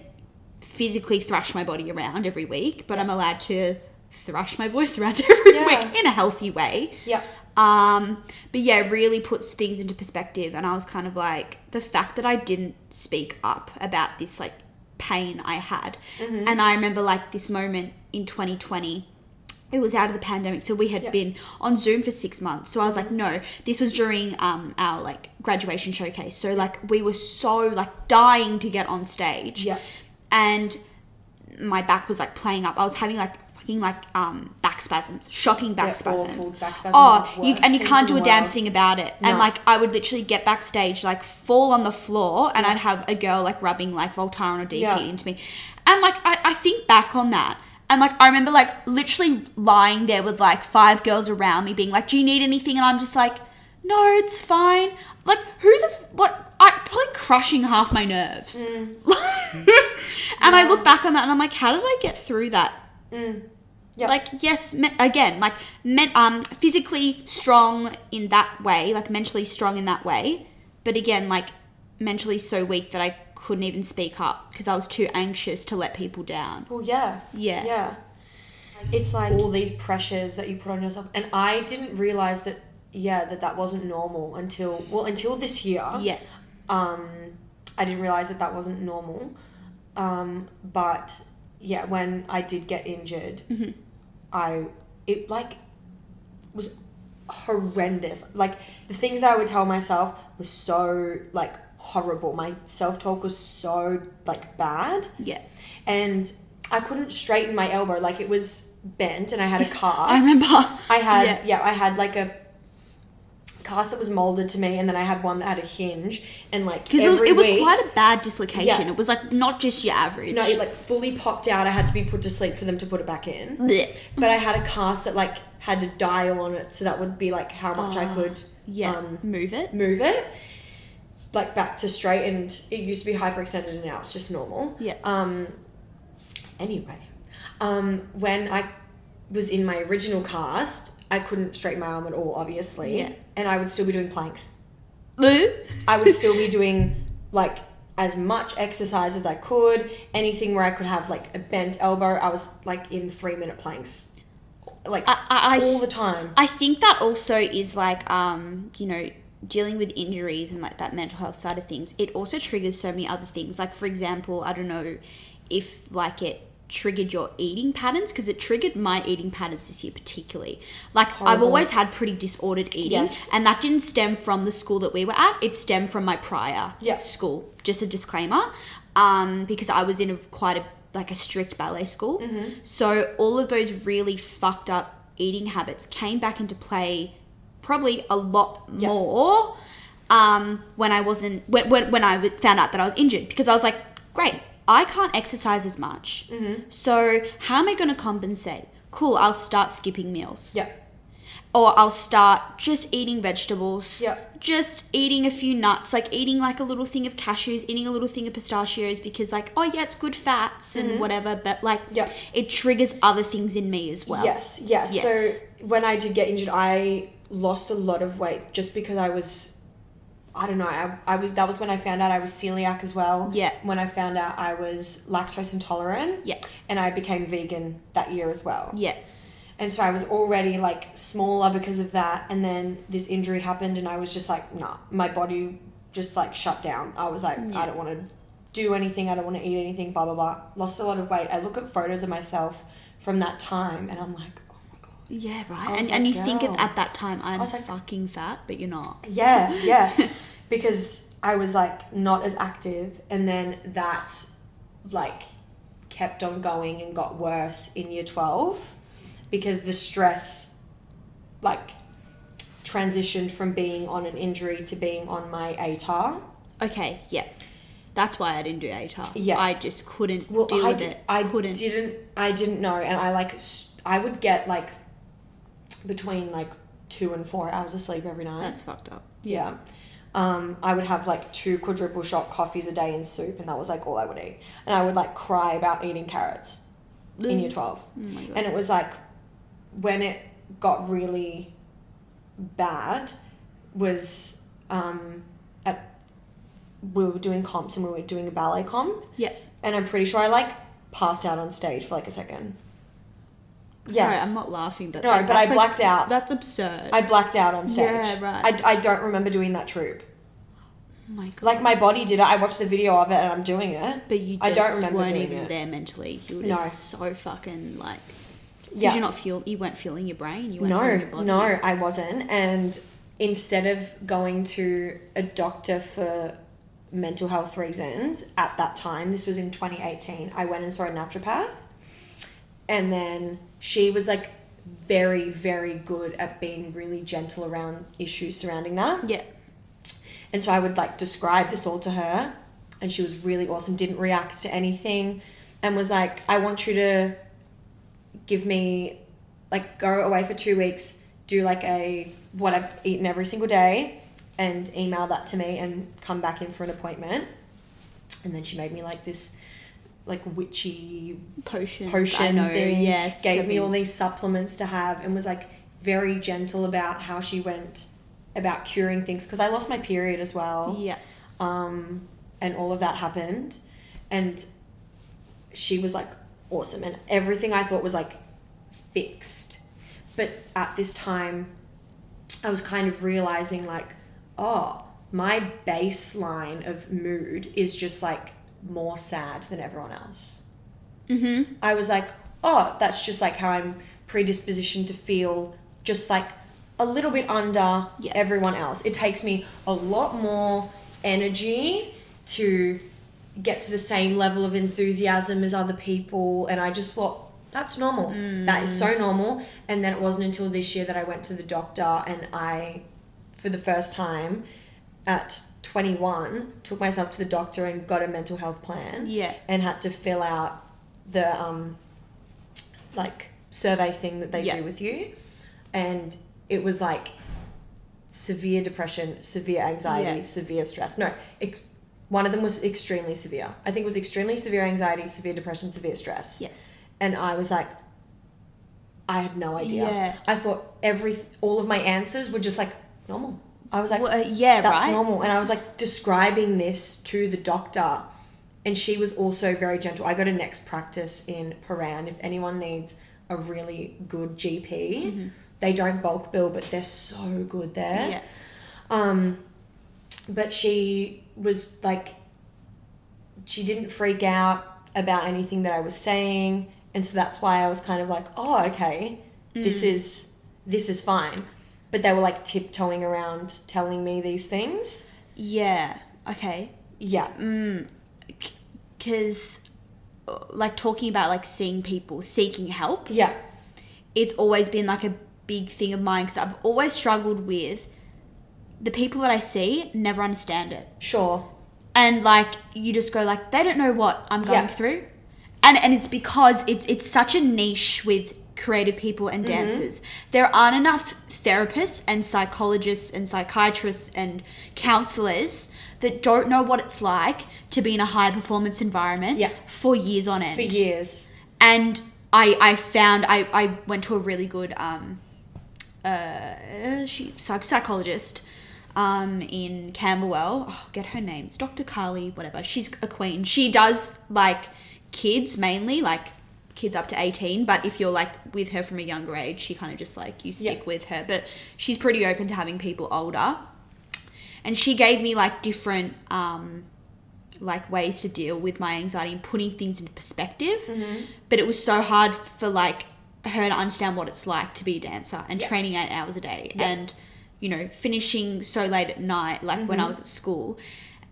physically thrash my body around every week, but I'm allowed to thrash my voice around every Yeah. week in a healthy way. yeah. Um, but yeah, it really puts things into perspective. And I was kind of like, the fact that I didn't speak up about this like pain I had. And I remember like this moment in 2020. It was out of the pandemic, so we had been on Zoom for six months. So I was like, no, this was during um, our like graduation showcase. So like we were so like dying to get on stage, Yeah. and my back was like playing up. I was having like fucking like um back spasms, shocking back They're spasms. awful. Back spasms oh, are the you, worst and you things can't in do a the damn world. thing about it. And No. like I would literally get backstage, like fall on the floor, and I'd have a girl like rubbing like Voltaren or DP Yeah. into me. And like I, I think back on that. And like I remember like literally lying there with like five girls around me being like, Do you need anything? And I'm just like, No, it's fine. Like who the f- what I probably crushing half my nerves. and I look back on that and I'm like, how did I get through that? Yeah. Like yes, me- again, like men- um, physically strong in that way, like mentally strong in that way, but again, like mentally so weak that I couldn't even speak up because I was too anxious to let people down. Well, yeah. Yeah. Yeah. It's like all these pressures that you put on yourself. And I didn't realize that, yeah, that that wasn't normal until, well, until this year. Yeah, I didn't realize that that wasn't normal. Um, but yeah, when I did get injured, Mm-hmm. I it like was horrendous. Like the things that I would tell myself was so like horrible. My self talk was so like bad, yeah. and I couldn't straighten my elbow. Like it was bent, and I had a cast. I remember. I had Yeah. yeah. I had like a cast that was molded to me, and then I had one that had a hinge, and like Because it was, every it was week- quite a bad dislocation. Yeah. It was like not just your average. no, it like fully popped out. I had to be put to sleep for them to put it back in. Blech. But I had a cast that like had a dial on it, so that would be like how much I could yeah, um, move it. move it, like back to straight. And it used to be hyperextended, and now it's just normal. Yeah. Anyway, um, when I was in my original cast, I couldn't straighten my arm at all, obviously. Yeah. And I would still be doing planks. Bleh. I would still be doing like as much exercise as I could, anything where I could have like a bent elbow. I was like in three minute planks, like I- I- I- all the time. I think that also is like, um, you know, dealing with injuries and like that mental health side of things. It also triggers so many other things. Like, for example, I don't know if like it triggered your eating patterns because it triggered my eating patterns this year particularly like i've always had pretty disordered eating Yes. and that didn't stem from the school that we were at it stemmed from my prior Yeah. school just a disclaimer um, because i was in a quite a like a strict ballet school Mm-hmm. so all of those really fucked up eating habits came back into play probably a lot Yeah. more um, when i wasn't when, when, when i was- found out that i was injured because i was like great i can't exercise as much Mm-hmm. so how am i going to compensate cool i'll start skipping meals yeah, or I'll start just eating vegetables. Yep. Just eating a few nuts, like eating like a little thing of cashews, eating a little thing of pistachios because like, oh yeah, it's good fats and whatever, but like Mm-hmm. Yep. it triggers other things in me as well. yes, yes, Yes. So when I did get injured, I lost a lot of weight just because I was. I don't know. I, I was that was when I found out I was celiac as well. Yeah. When I found out I was lactose intolerant. Yeah. And I became vegan that year as well. Yeah. And so I was already like smaller because of that. And then this injury happened, and I was just like, nah, my body just like shut down. I was like, I don't want to do anything. I don't want to eat anything, blah, blah, blah. Lost a lot of weight. I look at photos of myself from that time, and I'm like, oh my God. Yeah, right. was And, like, and you think "Girl." at, at that time I'm was like- fucking fat, but you're not. Yeah, yeah. because I was like not as active. And then that like kept on going and got worse in year 12 because the stress like transitioned from being on an injury to being on my ATAR. Okay, yeah. That's why I didn't do ATAR. Yeah. I just couldn't Well, deal I, with di- it. I couldn't. didn't I didn't know and I like s- I would get like between like 2 and 4 hours of sleep every night. That's fucked up. Yeah. Um, I would have like two quadruple shot coffees a day and soup, and that was like all I would eat. And I would like cry about eating carrots in year 12. Oh and it was like when it got really bad was um, at we were doing comps and we were doing a ballet comp. Yeah. And I'm pretty sure I like passed out on stage for like a second. Yeah. Sorry, I'm not laughing, but No, like, but I that's, like, blacked out. That's absurd. I blacked out on stage. Yeah, right. I, I don't remember doing that troop. oh my God. Like my body did it. I watched the video of it and I'm doing it. But you just I don't remember weren't doing even it. there mentally. You were No. just so fucking like. Yeah. Yeah. You're not fuel. You weren't fueling your brain. You weren't fueling your No, body. no, I wasn't. And instead of going to a doctor for mental health reasons at that time, this was in 2018, I went and saw a naturopath. And then she was like very, very good at being really gentle around issues surrounding that. Yeah. And so I would like describe this all to her, and she was really awesome, didn't react to anything, and was like, I want you to give me, like, go away for two weeks, do like a what I've eaten every single day, and email that to me, and come back in for an appointment. And then she made me like this, like, witchy Potion. potion I know. thing. Yes. gave I me mean, all these supplements to have, and was like very gentle about how she went about curing things because I lost my period as well, Yeah. and all of that happened, and she was like awesome, and everything I thought was like fixed, but at this time, I was kind of realizing like, oh, my baseline of mood is just like more sad than everyone else. I was like, oh, that's just like how I'm predispositioned to feel just like a little bit under Yeah. everyone else. It takes me a lot more energy to get to the same level of enthusiasm as other people. And I just thought, that's normal. That is so normal. And then it wasn't until this year that I went to the doctor and I, for the first time at 21, took myself to the doctor and got a mental health plan Yeah. and had to fill out the um like survey thing that they Yeah. do with you and it was like severe depression severe anxiety Yeah. severe stress no ex- one of them was extremely severe i think it was extremely severe anxiety severe depression severe stress Yes. and i was like i had no idea Yeah. i thought every all of my answers were just like normal I was like, Well, uh, yeah, that's right? normal. And I was like describing this to the doctor, and she was also very gentle. I go to next practice in Paran. If anyone needs a really good GP, they don't bulk bill, but they're so good there. Mm-hmm. Yeah. Um, But she was like, she didn't freak out about anything that I was saying, and so that's why I was kind of like, oh, okay, this Mm. is this is fine. But they were like tiptoeing around telling me these things. Yeah. Okay. Yeah, Mm. Because, uh, like, talking about like seeing people seeking help, yeah, it's always been like a big thing of mine because I've always struggled with the people that I see never understand it. sure, and like you just go like they don't know what I'm going Yeah. through, and and it's because it's it's such a niche with creative people and Mm-hmm. dancers. There aren't enough therapists and psychologists and psychiatrists and counselors that don't know what it's like to be in a high performance environment Yeah. for years on end. for years. And I I found I I went to a really good um uh she psych- psychologist um, in Camberwell. Oh, get her name. It's Dr. Carly, whatever. She's a queen. She does like kids mainly, like kids up to 18. But if you're like with her from a younger age, she kind of just like you stick Yeah. with her. But she's pretty open to having people older. And she gave me like different um, like ways to deal with my anxiety and putting things into perspective. But it was so hard for like her to understand what it's like to be a dancer and training eight hours a day and you know finishing so late at night like when I was at school.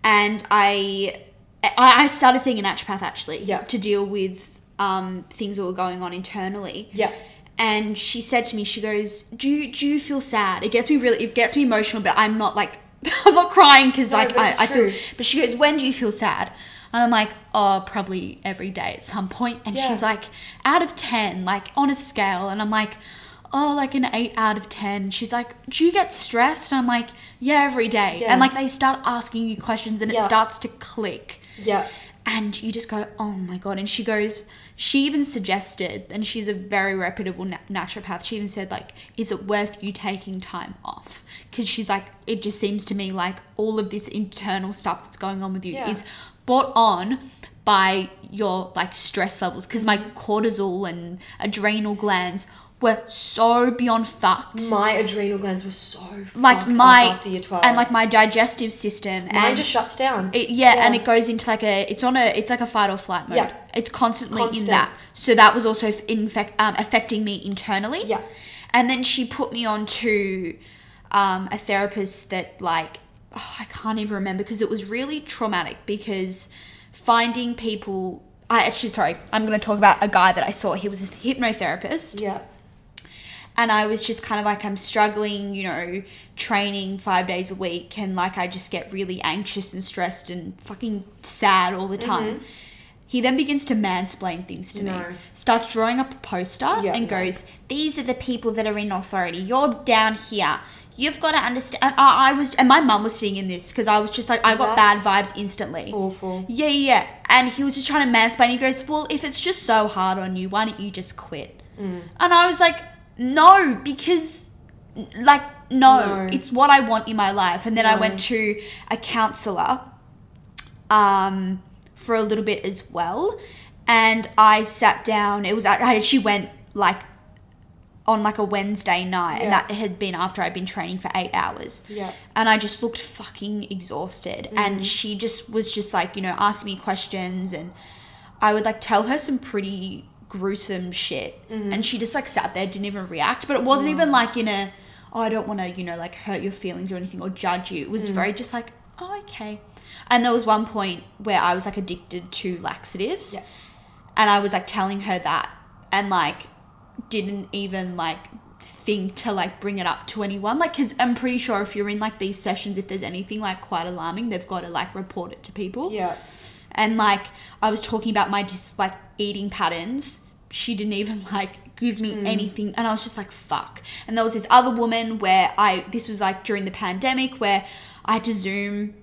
And I I I started seeing a naturopath actually Yeah. to deal with um, things that were going on internally. Yeah. And she said to me, she goes, "Do you, do you feel sad?" It gets me really, it gets me emotional, but I'm not like, I'm not crying because No, like but I, it's I true. feel. But she goes, "When do you feel sad?" And I'm like, "Oh, probably every day at some point." And Yeah. she's like, "Out of ten, like on a scale," and I'm like. Oh, like an eight out of ten. She's like, "Do you get stressed?" And I'm like, "Yeah, every day." Yeah. And like they start asking you questions, and it Yeah. starts to click Yeah, and you just go, oh my god. And she goes, she even suggested, and she's a very reputable na- naturopath. She even said, like, is it worth you taking time off? Because she's like, it just seems to me like all of this internal stuff that's going on with you Yeah. is brought on by your like stress levels. Because my Mm-hmm. cortisol and adrenal glands were so beyond fucked. my adrenal glands were so like fucked up my after year twelve, and like my digestive system mine and just shuts down. it, yeah, and Yeah. it goes into like a it's on a it's like a fight or flight mode. Yeah. It's constantly Constant. in that. So that was also f- in fact um, affecting me internally. Yeah. And then she put me on to um, a therapist that like oh, I can't even remember because it was really traumatic because finding people I actually sorry, I'm going to talk about a guy that I saw. He was a hypnotherapist yeah, and I was just kind of like I'm struggling, you know, training 5 days a week and like I just get really anxious and stressed and fucking sad all the Mm-hmm. time. He then begins to mansplain things to me. Starts drawing up a poster Yeah, and no. goes, "These are the people that are in authority. You're down here. You've got to understand." And I, I was, and my mum was sitting in this because I was just like, I got That's bad vibes instantly. awful. Yeah, yeah, yeah. And he was just trying to mansplain. He goes, Well, if it's just so hard on you, why don't you just quit? And I was like, No, because, like, no, No. it's what I want in my life. And then I went to a counselor um, for a little bit as well. And I sat down. It was, I I actually went like on like a Wednesday night, and that had been after I'd been training for eight hours. Yeah. And I just looked fucking exhausted. And she just was just like, you know, asking me questions, and I would like tell her some pretty gruesome shit. And she just like sat there, didn't even react. But it wasn't even like in a, oh, I don't want to, you know, like hurt your feelings or anything or judge you. It was very just like, oh, okay. And there was one point where I was like addicted to laxatives and I was like telling her that and like didn't even like think to like bring it up to anyone like because I'm pretty sure if you're in like these sessions if there's anything like quite alarming they've got to like report it to people Yeah. and like I was talking about my just like eating patterns she didn't even like give me anything and I was just like fuck and there was this other woman where I this was like during the pandemic where I had to zoom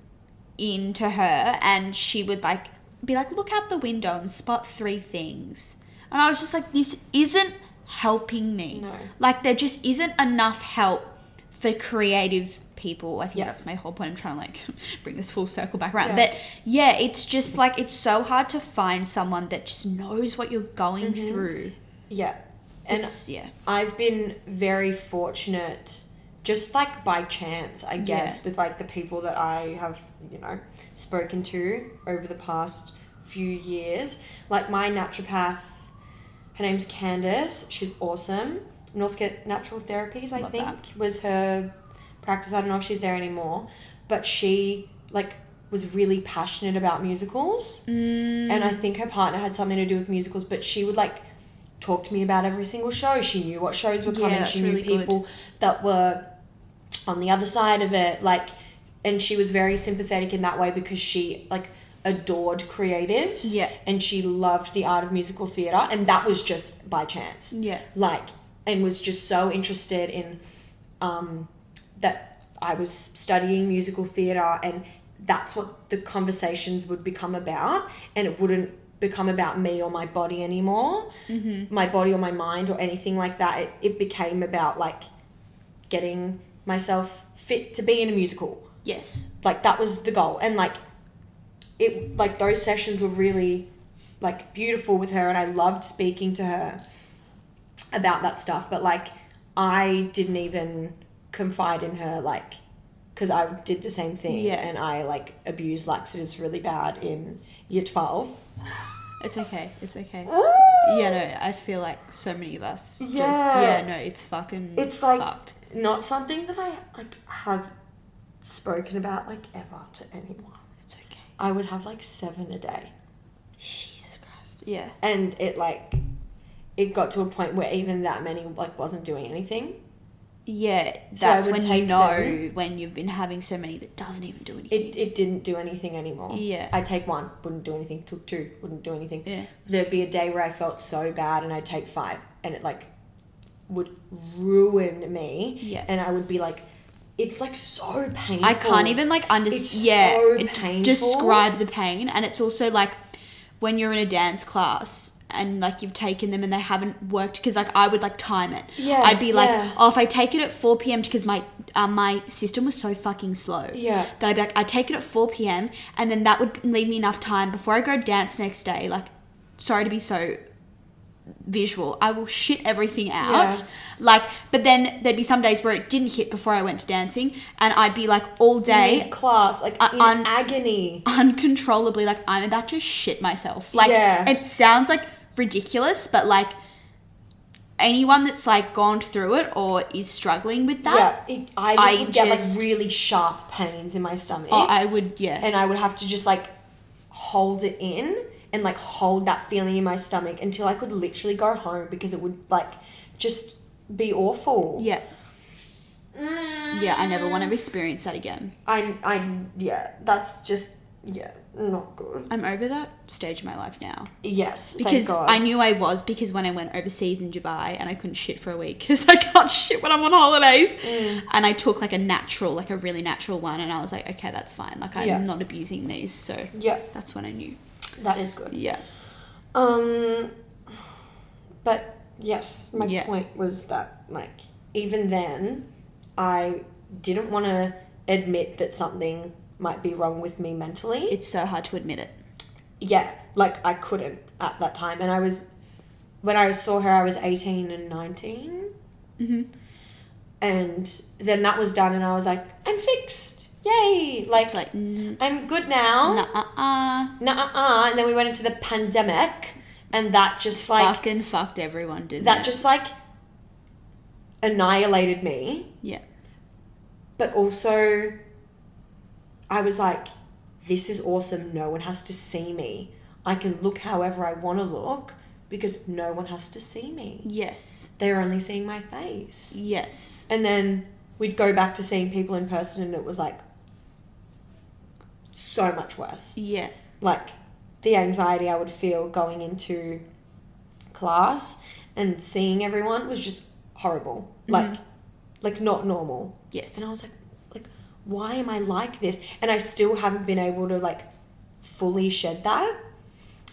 into her and she would like be like look out the window and spot three things and i was just like this isn't helping me No. like there just isn't enough help for creative people. I think Yeah. that's my whole point. I'm trying to like bring this full circle back around. But yeah, it's just like it's so hard to find someone that just knows what you're going through. Yeah. Mm-hmm. And It's yeah. I've been very fortunate, just like by chance, I guess, with like the people that I have, you know, spoken to over the past few years. Like my naturopath, her name's Candace. She's awesome. Northgate Natural Therapies, I Love think, that. was her practice. I don't know if she's there anymore, but she like was really passionate about musicals and Mm. I think her partner had something to do with musicals, but she would like talk to me about every single show. She knew what shows were Yeah, coming. that's she knew really good. people that were on the other side of it, like, and she was very sympathetic in that way because she like adored creatives, Yeah. and she loved the art of musical theater, and that was just by chance, Yeah. like, and was just so interested in um, that I was studying musical theatre and that's what the conversations would become about and it wouldn't become about me or my body anymore my body or my mind or anything like that it, it became about like getting myself fit to be in a musical Yes. like that was the goal and like it like those sessions were really like beautiful with her and i loved speaking to her about that stuff but like i didn't even confide in her like because i did the same thing Yeah. and i like abused laxatives really bad in year 12 It's okay. It's okay. Yeah, no, I feel like so many of us. Yeah. Yeah. yeah, no, it's fucking it's like fucked. not something that i like have spoken about like ever to anyone It's okay. i would have like seven a day Jesus Christ. Yeah. and it like it got to a point where even that many like wasn't doing anything Yeah, So I that's would when you take know them. when you've been having so many that doesn't even do anything. it, it didn't do anything anymore Yeah. i'd take one wouldn't do anything took two wouldn't do anything Yeah. there'd be a day where i felt so bad and i'd take five and it like would ruin me Yeah. and i would be like it's like so painful I can't even like It's understand. Yeah, so it- painful. describe the pain, and it's also like when you're in a dance class and like you've taken them and they haven't worked because like I would like time it. Yeah, I'd be like, yeah. oh, if I take it at four p.m. because my um, my system was so fucking slow. Yeah. that I'd be like, I take it at four p.m. and then that would leave me enough time before I go dance next day. Like, sorry to be so visual. I will shit everything out. Yeah. Like, but then there'd be some days where it didn't hit before I went to dancing, and I'd be like all day class like I- in un- agony uncontrollably, like I'm about to shit myself. Like, Yeah. it sounds like ridiculous, but like anyone that's like gone through it or is struggling with that, yeah it, i just I would get just- like really sharp pains in my stomach oh, I would, yeah, and I would have to just like hold it in and like hold that feeling in my stomach until I could literally go home because it would like just be awful. yeah. Mm. Yeah, I never want to experience that again. I I yeah, that's just yeah, not good. I'm over that stage of my life now. Yes, thank because God. I knew I was because when I went overseas in Dubai and I couldn't shit for a week because I can't shit when I'm on holidays, Mm. and I took like a natural, like a really natural one, and I was like, okay, that's fine. Like I'm Yeah. not abusing these, so Yeah. that's when I knew. that is good. Yeah, Um but yes, my Yeah. point was that like even then I didn't want to admit that something might be wrong with me mentally. it's so hard to admit it. yeah, like I couldn't at that time. And I was, when I saw her, I was 18 and 19. Mm-hmm. And then that was done, and I was like, I'm fixed. Yay! Like, mm-hmm. It's like nah, I'm good now. uh, uh, Nah, uh, uh. And then we went into the pandemic, and that just like, fucking fucked everyone, didn't that it? just like annihilated me. yeah, but also I was like, this is awesome. No one has to see me. I can look however I want to look because no one has to see me. yes, They're only seeing my face. yes, And then we'd go back to seeing people in person and it was like so much worse yeah, like the anxiety I would feel going into class and seeing everyone was just horrible. Like like not normal. Yes. And I was like like why am I like this? And I still haven't been able to like fully shed that.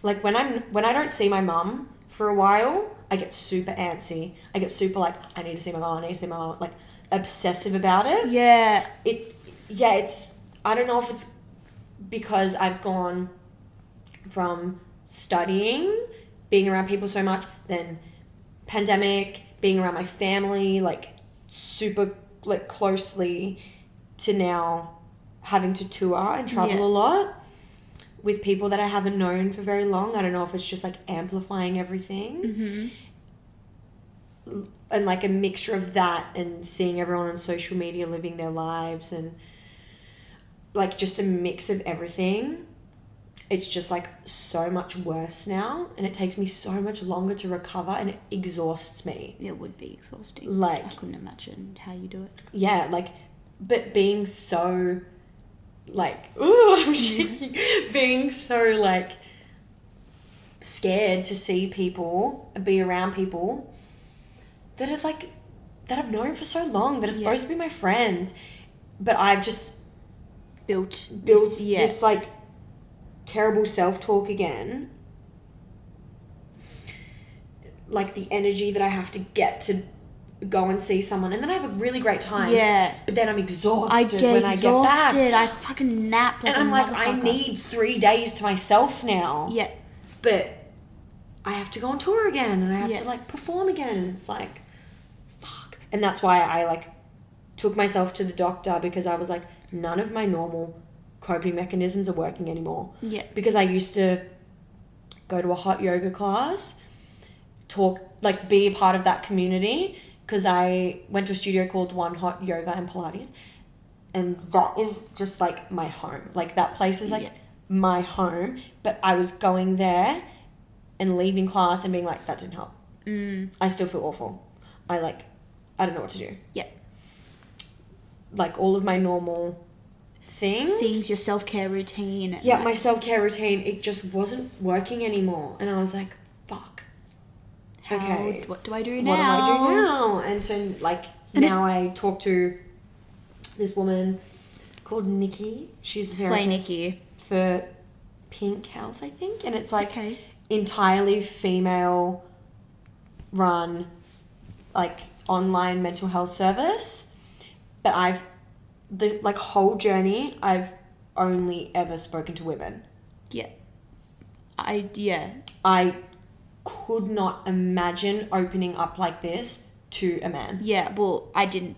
Like when I'm when I don't see my mum for a while, I get super antsy. I get super like I need to see my mum, I need to see my mum like obsessive about it. Yeah. It, yeah, it's. I don't know if it's because I've gone from studying, being around people so much, then pandemic, being around my family, like super like closely, to now having to tour and travel Yeah. a lot with people that I haven't known for very long. I don't know if it's just like amplifying everything. L- And like a mixture of that and seeing everyone on social media living their lives and like just a mix of everything. It's just like so much worse now and it takes me so much longer to recover and it exhausts me. It would be exhausting. Like- I couldn't imagine how you do it. Yeah, like but being so like ooh I'm shaking. being so like scared to see people and be around people that are like that I've known for so long that are supposed to be my friends. But I've just Built. builds Yeah. this like terrible self talk again. Like the energy that I have to get to go and see someone, and then I have a really great time. Yeah. But then I'm exhausted I get when I exhausted. get back, I fucking nap. Like and a I'm like, I motherfucker. need three days to myself now. Yeah. But I have to go on tour again, and I have Yeah. to like perform again, and it's like, fuck. And that's why I like took myself to the doctor because I was like, none of my normal coping mechanisms are working anymore. Yeah. Because I used to go to a hot yoga class, talk, like be a part of that community because I went to a studio called One Hot Yoga and Pilates. And that is just like my home. Like that place is like Yeah. my home. But I was going there and leaving class and being like, that didn't help. Mm. I still feel awful. I like, I don't know what to do Yeah. like all of my normal things. Things, your self care routine. and, yeah, like, my self care routine, it just wasn't working anymore. And I was like, fuck, how- okay. What do I do now? what am I doing now? And so, like, now I talk to this woman called Nikki. She's the Slay therapist Nikki. for Pink Health, I think. And it's like Okay. entirely female run, like, online mental health service. But I've the like whole journey I've only ever spoken to women. Yeah. I yeah. I could not imagine opening up like this to a man. Yeah, well, I didn't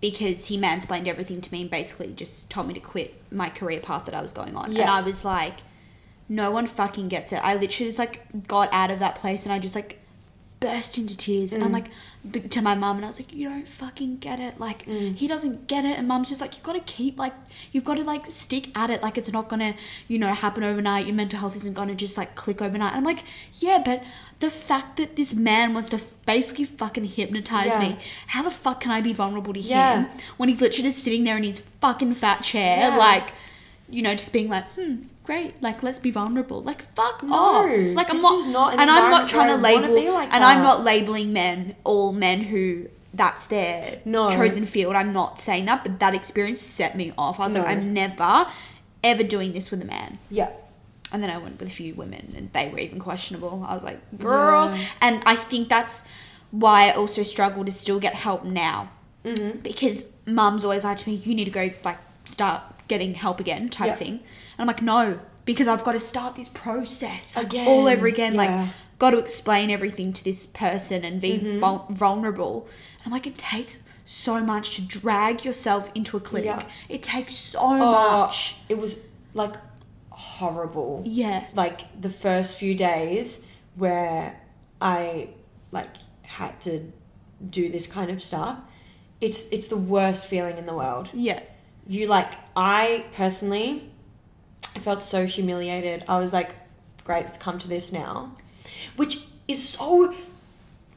because he mansplained everything to me and basically just told me to quit my career path that I was going on. And Yeah. I was like, no one fucking gets it. I literally just like got out of that place and I just like burst into tears. Mm. And I'm like th- to my mum and I was like, you don't fucking get it. Like Mm. he doesn't get it. And mum's just like, you've got to keep like you've got to like stick at it. Like it's not gonna you know happen overnight. Your mental health isn't gonna just like click overnight. And I'm like, yeah, but the fact that this man wants to f- basically fucking hypnotize Yeah. me how the fuck can I be vulnerable to Yeah. him when he's literally just sitting there in his fucking fat chair, Yeah. like, you know, just being like, hmm, great, like let's be vulnerable, like fuck No, off, like I'm this not, is not an and I'm not environment trying to where I wanna label, be like and I'm that. not labeling men, all men who that's their No. chosen field. I'm not saying that, but that experience set me off. I was like, No. I'm never, ever doing this with a man Yeah. and then I went with a few women, and they were even questionable. I was like, girl, and I think that's why I also struggle to still get help now, mm-hmm. because mum's always like to me, you need to go like start getting help again, type Yeah. thing, and I'm like, no, because I've got to start this process like, all over Again, again, yeah. Mm-hmm. like got to explain everything to this person and be vul- vulnerable. And I'm like, it takes so much to drag yourself into a clinic. Yeah. Oh. It takes so much. It was like horrible. Yeah. Like the first few days where I like had to do this kind of stuff. It's it's the worst feeling in the world. Yeah. You like I personally I felt so humiliated. I was like, great, it's come to this now. Which is so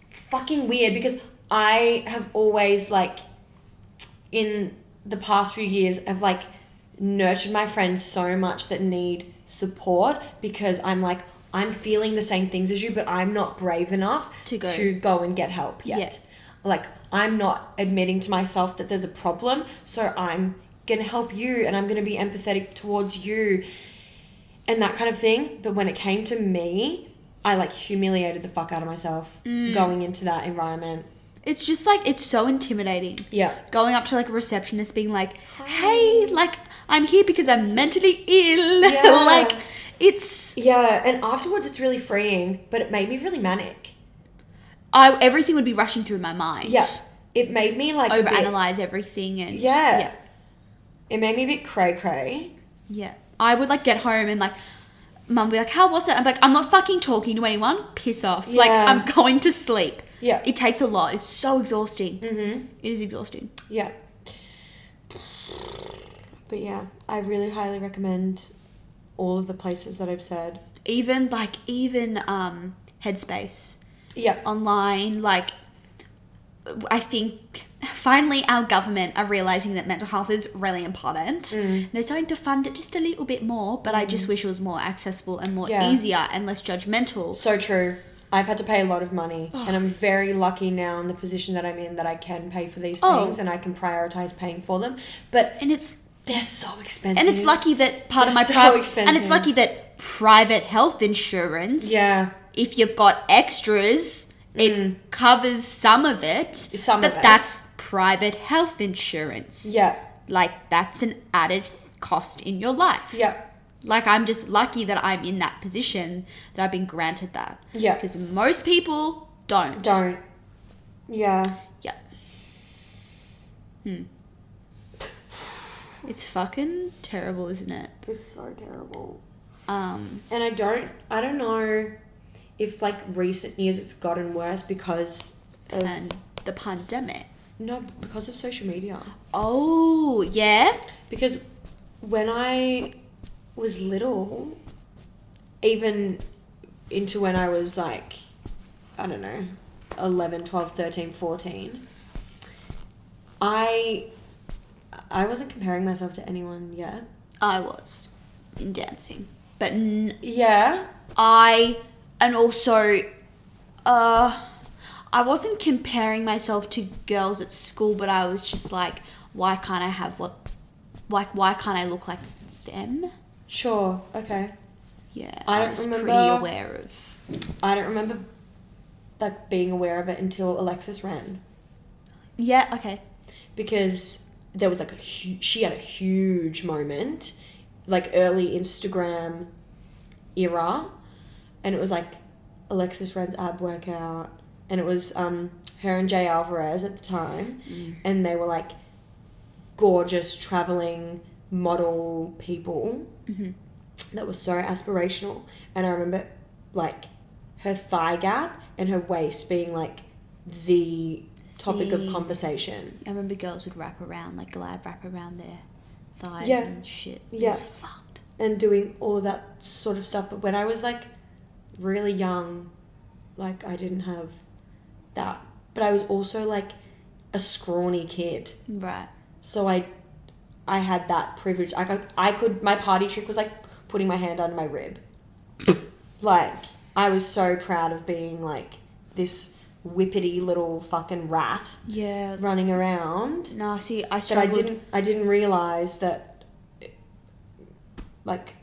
fucking weird because I have always like in the past few years have like nurtured my friends so much that need support because I'm like I'm feeling the same things as you but I'm not brave enough To go. and get help yet. Yeah. Like I'm not admitting to myself that there's a problem, so I'm going to help you and I'm going to be empathetic towards you and that kind of thing. But when it came Mm. to me, I like humiliated the fuck out of myself going into that environment. It's just like it's so intimidating. Yeah. Going up to like a receptionist being like, "Hey, like I'm here because I'm mentally ill." Yeah. like it's Yeah, and afterwards it's really freeing, but it made me really manic. I everything would be rushing through my mind. Yeah. It made me like a bit- Overanalyze everything and Yeah. Yeah. It made me a bit cray cray. Yeah. I would like get home and like mum would be like, How was it? I'm like, I'm not fucking talking to anyone. Piss off. Like Yeah. I'm going to sleep. Yeah. It takes a lot. It's so exhausting. Mm-hmm. is exhausting. Yeah. But yeah, I really highly recommend all of the places that I've said. Even like even um headspace Yeah. online, like I think finally our government are realizing that mental health is really important. Mm. They're starting to fund it just a little bit more, but I just wish it was more accessible and more Yeah. easier and less judgmental. So true. I've had to pay a lot of money, and I'm very lucky now in the position that I'm in that I can pay for these Oh. things and I can prioritize paying for them. But and it's they're so expensive. and it's lucky that part of They're my so private and expensive. it's lucky that private health insurance Yeah. Mm. if you've got extras it covers some of it Some but of it. that's private health insurance Yeah. like that's an added cost in your life Yeah. like i'm just lucky that i'm in that position that i've been granted that Yeah. because most people don't Don't. Yeah. yeah hmm it's fucking terrible isn't it It's so terrible. um and I don't I don't know if like recent years it's gotten worse because of and the pandemic. no because of social media Oh, yeah. because when I was little even into when I was like I don't know 11 12 13 14 I I wasn't comparing myself to anyone yet I was in dancing, but n- yeah I and also uh I wasn't comparing myself to girls at school, but I was just like, why can't I have what like why can't I look like them? sure okay Yeah. I don't was pretty remember- aware of I don't remember like being aware of it until Alexis ran Yeah, okay. because there was like a hu- she had a huge moment like early instagram era and it was like alexis runs ab workout and it was um her and jay alvarez at the time and they were like gorgeous traveling model people that was so aspirational and i remember like her thigh gap and her waist being like the topic of The- conversation I remember girls would wrap around, like glad wrap around their thighs Yeah. and shit. It Yeah. was fucked. and doing all of that sort of stuff. But when I was like really young, like I didn't have that. But I was also like a scrawny kid, Right. so I I had that privilege. I could, I could my party trick was like putting my hand under my rib. like I was so proud of being like this whippity little fucking rat Yeah. running around No, see, I but I struggled. didn't I didn't realize that like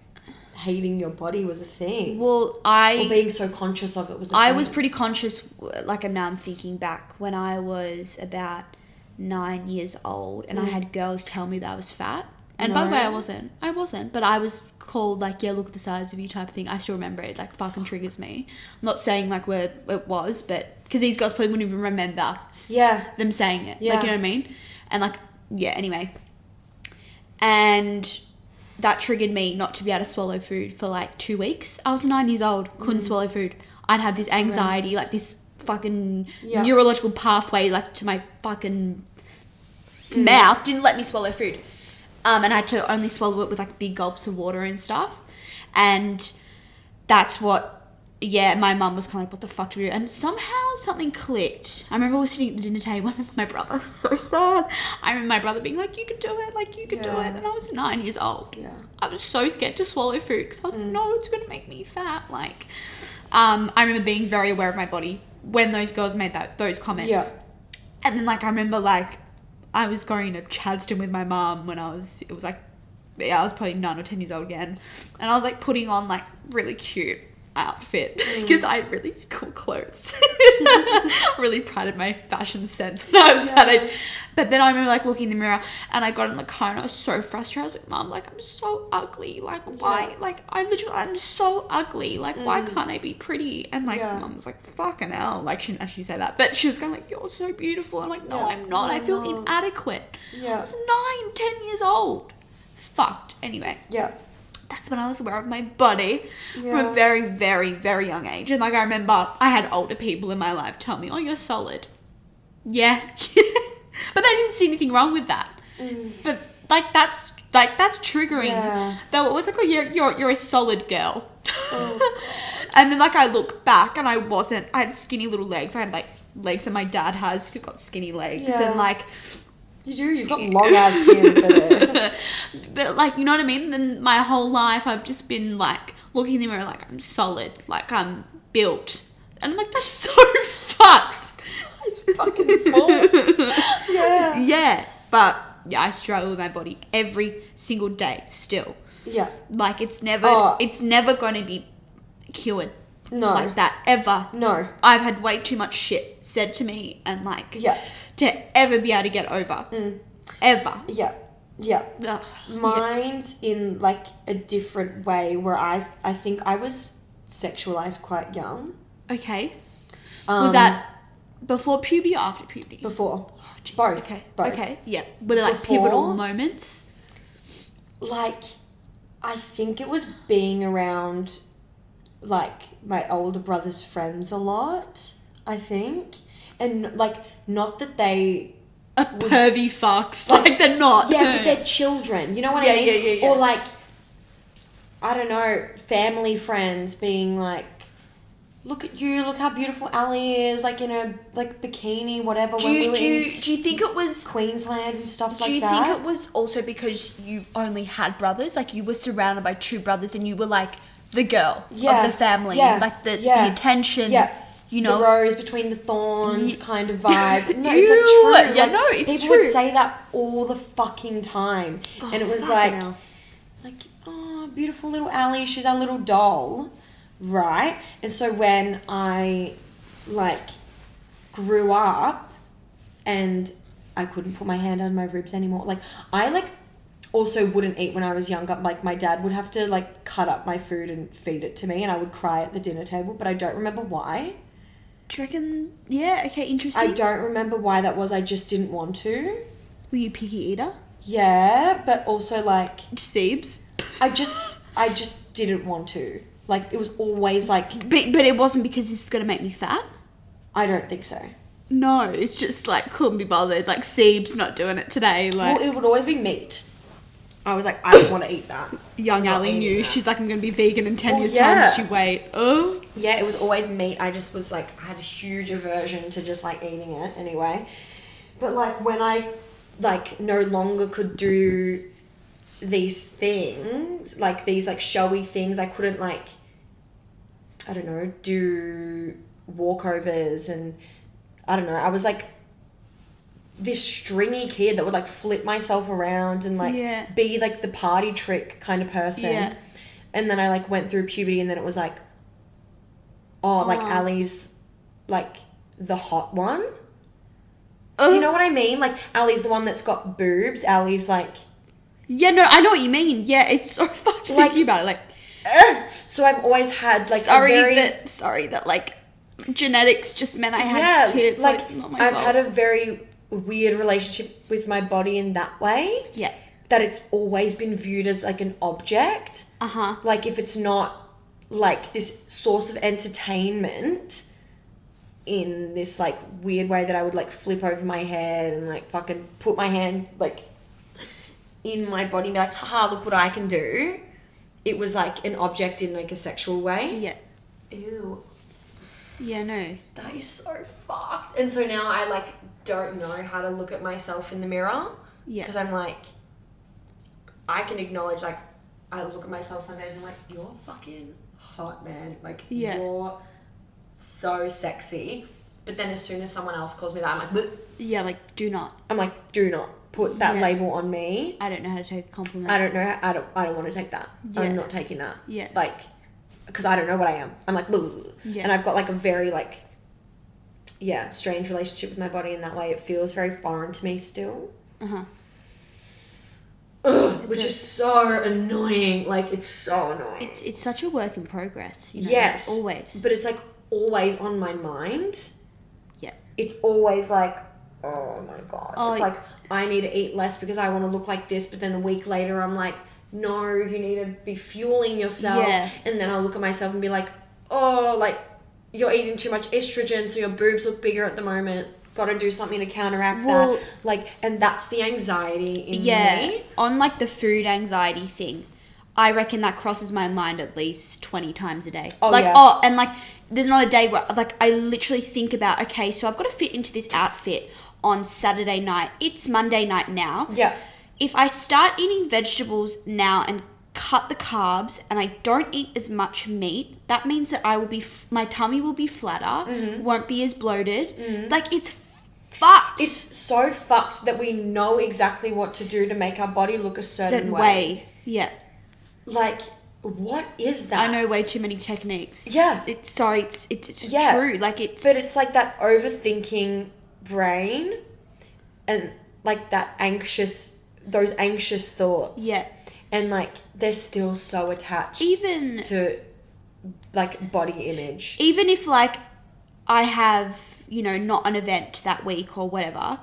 hating your body was a thing Well, or I being so conscious of it was a I thing. was pretty conscious. w- Like I'm now, I'm thinking back when I was about nine years old, and I had girls tell me that I was fat. And by the way, I Mm. No. wasn't. I wasn't. But I was called like, yeah, look at the size of you type of thing. I still remember it. Like, fucking triggers me. I'm not saying like where it was, but because these girls probably wouldn't even remember. s- Yeah. Them saying it. Yeah. Like, you know what I mean? And like, yeah. Anyway. And that triggered me not to be able to swallow food for like two weeks. I was nine years old, Mm. couldn't swallow food. I'd have this anxiety, like this fucking Yeah. neurological pathway, like to my fucking Mm. mouth, didn't let me swallow food. Um, and I had to only swallow it with like big gulps of water and stuff. And that's what, yeah, my mum was kind of like, what the fuck do we do? And somehow something clicked. I remember we were sitting at the dinner table and my brother was so sad. I remember my brother being like, you can do it, like, you can do Yeah. it. And I was nine years old. Yeah. Mm. I was so scared to swallow food because I was like, no, it's going to make me fat. Like, um, I remember being very aware of my body when those girls made that those comments. Yeah. And then, like, I remember, like, I was going to Chadston with my mum when I was, it was like, yeah, I was probably nine or 10 years old again. And I was, like, putting on, like, really cute outfit because I had really cool clothes. I really prided my fashion sense when I was that age. But then I remember like looking in the mirror and I got in the car and I was so frustrated. I was like, Mom, like I'm so ugly. Like why? Like I literally, I'm so ugly. Like why can't I be pretty? And like Mum was like, fucking hell. Like she didn't actually say that, but she was going like, you're so beautiful. I'm like, no, I'm not. I feel inadequate. I Yeah. was nine, ten years old. Fucked. Anyway Yeah. that's when I was aware of my body from Yeah. a very, very, very young age. And like I remember, I had older people in my life tell me, "Oh, you're solid." Yeah, but they didn't see anything wrong with that. But like that's like that's triggering. Mm. Yeah. Though it was like, "Oh, you're you're you're a solid girl." Oh. and then like I look back and I wasn't. I had skinny little legs. I had like legs that my dad has. Who got skinny legs Yeah. and like You do. You've got long ass beard. but like you know what I mean. Then my whole life I've just been like looking in the mirror like I'm solid, like I'm built, and I'm like that's so fucked. It's fucking small. yeah. Yeah, but yeah, I struggle with my body every single day still. Yeah. Like it's never, Oh. it's never going to be cured No. like that ever. No. I've had way too much shit said to me and like Yeah. Mm. to ever be able to get over. Ever. Yeah. Yeah. Ugh. mine's in like a different way where I I think I was sexualized quite young Um, Okay. was that before puberty or after puberty? before. Both. Um, Okay. Both. Okay. Yeah. Were there like Before- pivotal moments? Like I think it was being around like my older brother's friends a lot, I think. And like not that they A pervy fucks. Like they're not. Yeah, but they're children. You know what Yeah, I mean? yeah, yeah, yeah. Or like, I don't know, family friends being like, "Look at you! Look how beautiful Ali is! Like in a like bikini, whatever." do when we you, were do, in you, do you think it was Queensland and stuff like do you that. think it was also because you only had brothers? Like you were surrounded by two brothers and you were like the girl Yeah, of the family. yeah, Like the, yeah, the attention. yeah. You know. the rose between the thorns Ye- kind of vibe. No, Ew. it's like true. Yeah, Like, no, it's people true. Oh, would say that all the fucking time, and it was fucking like, hell. like, oh, beautiful little Ally, she's our little doll, right? And so when I, like, grew up, and I couldn't put my hand on my ribs anymore. Like I like also wouldn't eat when I was younger. Like my dad would have to like cut up my food and feed it to me, and I would cry at the dinner table. But I don't remember why. do you reckon? Yeah. Okay. Interesting. I don't remember why that was. I just didn't want to. were you a picky eater? Yeah, but also like Sebes. I just I just didn't want to. Like it was always like But but it wasn't because this is gonna make me fat. I don't think so. No, it's just like couldn't be bothered. Like Seeb's not doing it today. Like Well, it would always be meat. I was like, I don't want to eat that. young Ali eating knew that. she's like, I'm gonna be vegan in ten Well, years yeah. time. She wait. Oh, Yeah, it was always meat. I just was like, I had a huge aversion to just like eating it anyway. But like when I like no longer could do these things, like these like showy things, I couldn't like I don't know, do walkovers and I don't know. I was like this stringy kid that would like flip myself around and like Yeah. be like the party trick kind of person. Yeah. And then I like went through puberty and then it was like oh, like Ali's like the hot one. You know what I mean? Like Ali's the one that's got boobs. Ali's like yeah. No, I know what you mean. Yeah, it's so fucked Like- thinking about it. Like so I've always had like sorry a very that sorry that like genetics just meant I had yeah, tits. like, Like, not my I've fault. had a very weird relationship with my body in that way. yeah. That it's always been viewed as like an object. Uh huh. Like if it's not like this source of entertainment in this like weird way that I would like flip over my head and like fucking put my hand like in my body and be like, haha, look what I can do. It was like an object in like a sexual way. Yeah. Ew. Yeah. No. That is so fucked. And so now I like don't know how to look at myself in the mirror. Yeah. Because I'm like, I can acknowledge like I look at myself some days and I'm like, you're fucking hot, man. Like Yeah. you're so sexy. But then as soon as someone else calls me that, I'm like, "Bleh." Yeah. Like, do not. I'm like, do not put that Yeah. label on me. I don't know how to take a compliment. I don't know. I don't. I don't want to take that. Yeah. I'm not taking that. Yeah. Like, because I don't know what I am. I'm like, "Bleh." Yeah. and I've got like a very like, yeah, strange relationship with my body in that way. It feels very foreign to me still. Uh-huh. Ugh, which is so annoying. Like it's so annoying. It's, it's such a work in progress. You know, yes, Always. But it's like always on my mind. yeah. It's always like, oh my god. Oh, it's y- like I need to eat less because I want to look like this. But then a week later, I'm like, no, you need to be fueling yourself. Yeah. And then I'll look at myself and be like, oh, like you're eating too much estrogen, so your boobs look bigger at the moment. Got to do something to counteract Well- that. Like, and that's the anxiety in Yeah. me. On like the food anxiety thing, I reckon that crosses my mind at least 20 times a day. Oh, like, yeah. oh, and like, there's not a day where, like, I literally think about, okay, so I've got to fit into this outfit on Saturday night. It's Monday night now. Yeah. If I start eating vegetables now and cut the carbs and I don't eat as much meat, that means that I will be, f- my tummy will be flatter, Mm-hmm. won't be as bloated. Like, it's fucked. It's so fucked that we know exactly what to do to make our body look a that certain way. way. Yeah. Like, what is I that? know way too many techniques. Yeah. It's sorry, it's it's, it's Yeah. true. Like it's But it's like that overthinking brain and like that anxious, those anxious thoughts. Yeah. And like, they're still so attached even to like body image. even if like I have, you know, not an event that week or whatever,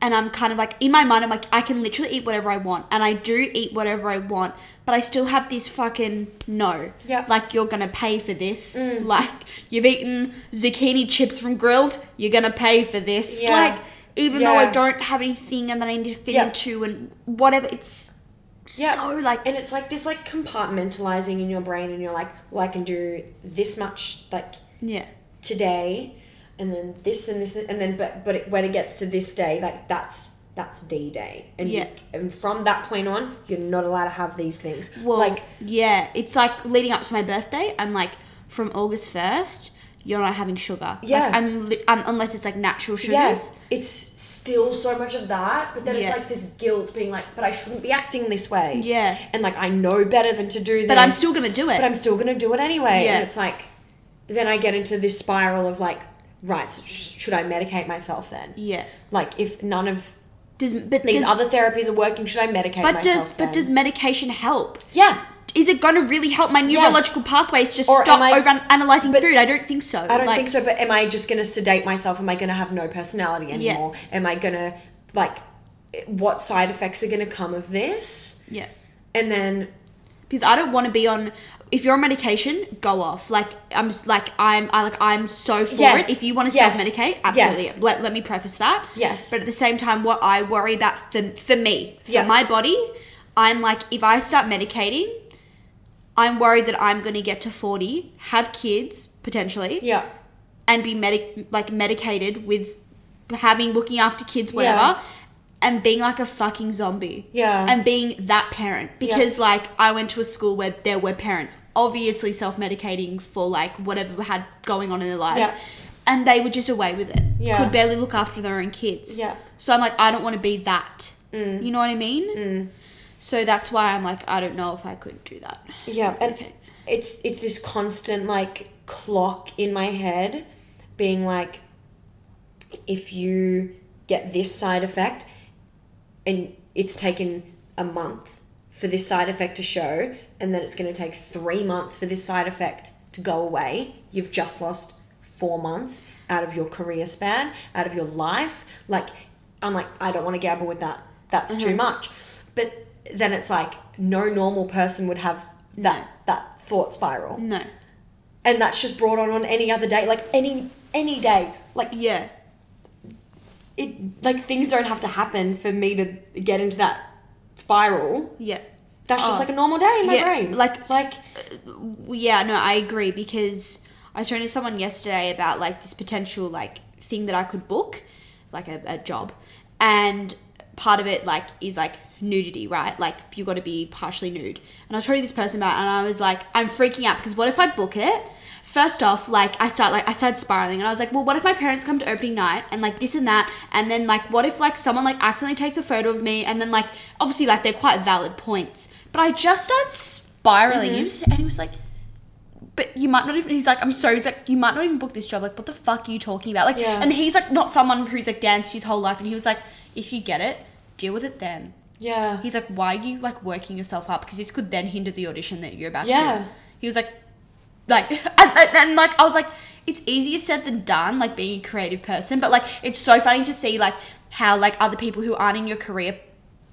and I'm kind of like in my mind I'm like I can literally eat whatever I want and I do eat whatever I want, but I still have this fucking no. Yep. Like you're gonna pay for this. Mm. Like you've eaten zucchini chips from grilled, you're gonna pay for this. Yeah. Like even though I Yeah. don't have anything and that I need to fit Yep. into and whatever it's so like and it's like this like compartmentalizing in your brain, and you're like, well, I can do this much, like, Yeah. today and then this and this and then but but it, when it gets to this day like that's that's D day and you- Yeah. and from that point on you're not allowed to have these things Well, like yeah, it's like leading up to my birthday. I'm like, from August first, you're not having sugar. Yeah. like, I'm, li- um unless it's like natural sugars. yes it's still so much of that but then Yeah. it's like this guilt being like but I shouldn't be acting this way Yeah. and like I know better than to do this but I'm still gonna do it. but I'm still gonna do it anyway Yeah. and it's like then I get into this spiral of like right so sh- should I medicate myself then yeah. like if none of Does but these does, other therapies are working. Should I medicate but myself? does but then? does medication help? yeah? Is it gonna really help my neurological pathways just Or stop am I- over analyzing but- food? I don't think so. I don't Like, think so. But am I just going to sedate myself? Am I going to have no personality Yeah. anymore? Am I going to like what side effects are going to come of this? Yeah, And then because I don't want to be on. If you're on medication, go off. Like I'm, just- like I'm, I like I'm so for Yes. it. If you want to Yes. self-medicate, Yes. absolutely. Let, let me preface that. Yes. But at the same time, what I worry about for, for me, for Yeah. my body, I'm like, if I start medicating, I'm worried that I'm going to get to 40, have kids potentially, yeah, and be medic like medicated with having looking after kids, whatever, Yeah. and being like a fucking zombie. Yeah. And being that parent because like I went to a school where there were parents obviously self-medicating for like whatever had going on in their lives. Yeah. And they were just away with it. Yeah. Could barely look after their own kids. Yeah. Mm. So I'm like, I don't want to be that. You know what I mean? So that's why I'm like, I don't know if I could do that. yeah. And Okay. it's it's this constant like clock in my head, being like, if you get this side effect, and it's taken a month for this side effect to show, and then it's going to take three months for this side effect to go away. You've just lost four months out of your career span, out of your life. Like, I'm like, I don't want to gamble with that. That's too much. But then it's like, no normal person would have that that thought spiral, No. and that's just brought on on any other day, like any any day, like Yeah. it like things don't have to happen for me to get into that spiral. Yeah. That's Oh. just like a normal day in my yeah, brain. Like, like like, yeah, no, I agree because I was talking to someone yesterday about like this potential like thing that I could book, like a, a job, and part of it like is like nudity, right? Like you got to be partially nude. And I was talking to this person about, it and I was like, I'm freaking out because what if I book it? First off, like I start like I started spiraling, and I was like, well, what if my parents come to opening night and like this and that, and then like what if like someone like accidentally takes a photo of me, and then like obviously like they're quite valid points, but I just started spiraling. You just- and he was like, but you might not even he's like i'm sorry he's like you might not even book this job like what the fuck are you talking about like Yeah. and he's like not someone who's like danced his whole life and he was like if you get it deal with it then Yeah. he's like why are you like working yourself up because this could then hinder the audition that you're about to Yeah. do. he was like like and, and, and like i was like it's easier said than done like being a creative person but like it's so funny to see like how like other people who aren't in your career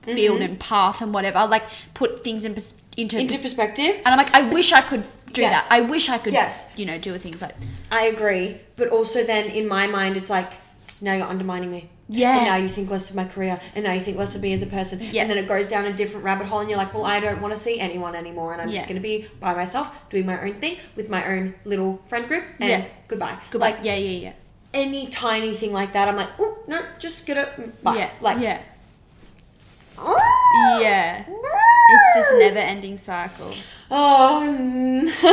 field and path and whatever like put things in pers- into, Mm-hmm. Into pers- perspective, and I'm like, I wish I could do Yes. that. I wish I could, Yes. you know, do things like I agree. But also, then in my mind, it's like, now you're undermining me. Yeah. And now you think less of my career, and now you think less of me as a person. Yeah. And then it goes down a different rabbit hole, and you're like, well, I don't want to see anyone anymore, and I'm just Yeah. going to be by myself, doing my own thing with my own little friend group, and Yeah. goodbye. good. Like, Like, yeah, yeah, yeah. any tiny thing like that, I'm like, oh, no, just get it. mm, Bye. yeah, Like, yeah, "Oh, yeah. no." It's this never-ending cycle. Oh, n-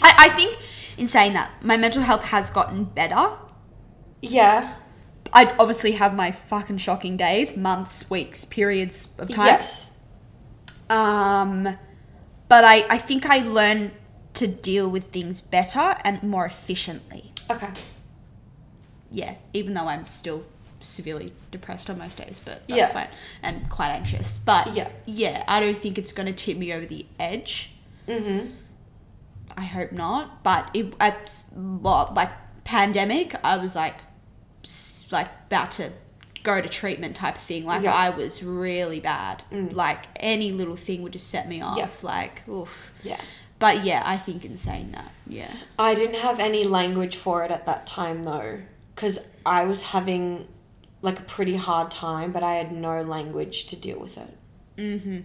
I, I think, in saying that, my mental health has gotten better. yeah. I obviously have my fucking shocking days, months, weeks, periods of time. Yes. Um, but I, I think I learn to deal with things better and more efficiently. Okay. yeah, even though I'm still severely depressed on most days, but that's Yeah. fine. And quite anxious. But Yeah. yeah, I don't think it's gonna tip me over the edge. Mm-hmm. I hope not. But it at well, like pandemic, I was like s- like about to go to treatment type of thing. Like Yeah. Mm. I was really bad. Like any little thing would just set me off. Like oof. Yeah. But yeah, I think in saying that, yeah. I didn't have any language for it at that time though, because I was having like a pretty hard time, but I had no language to deal with it. Mm-hmm.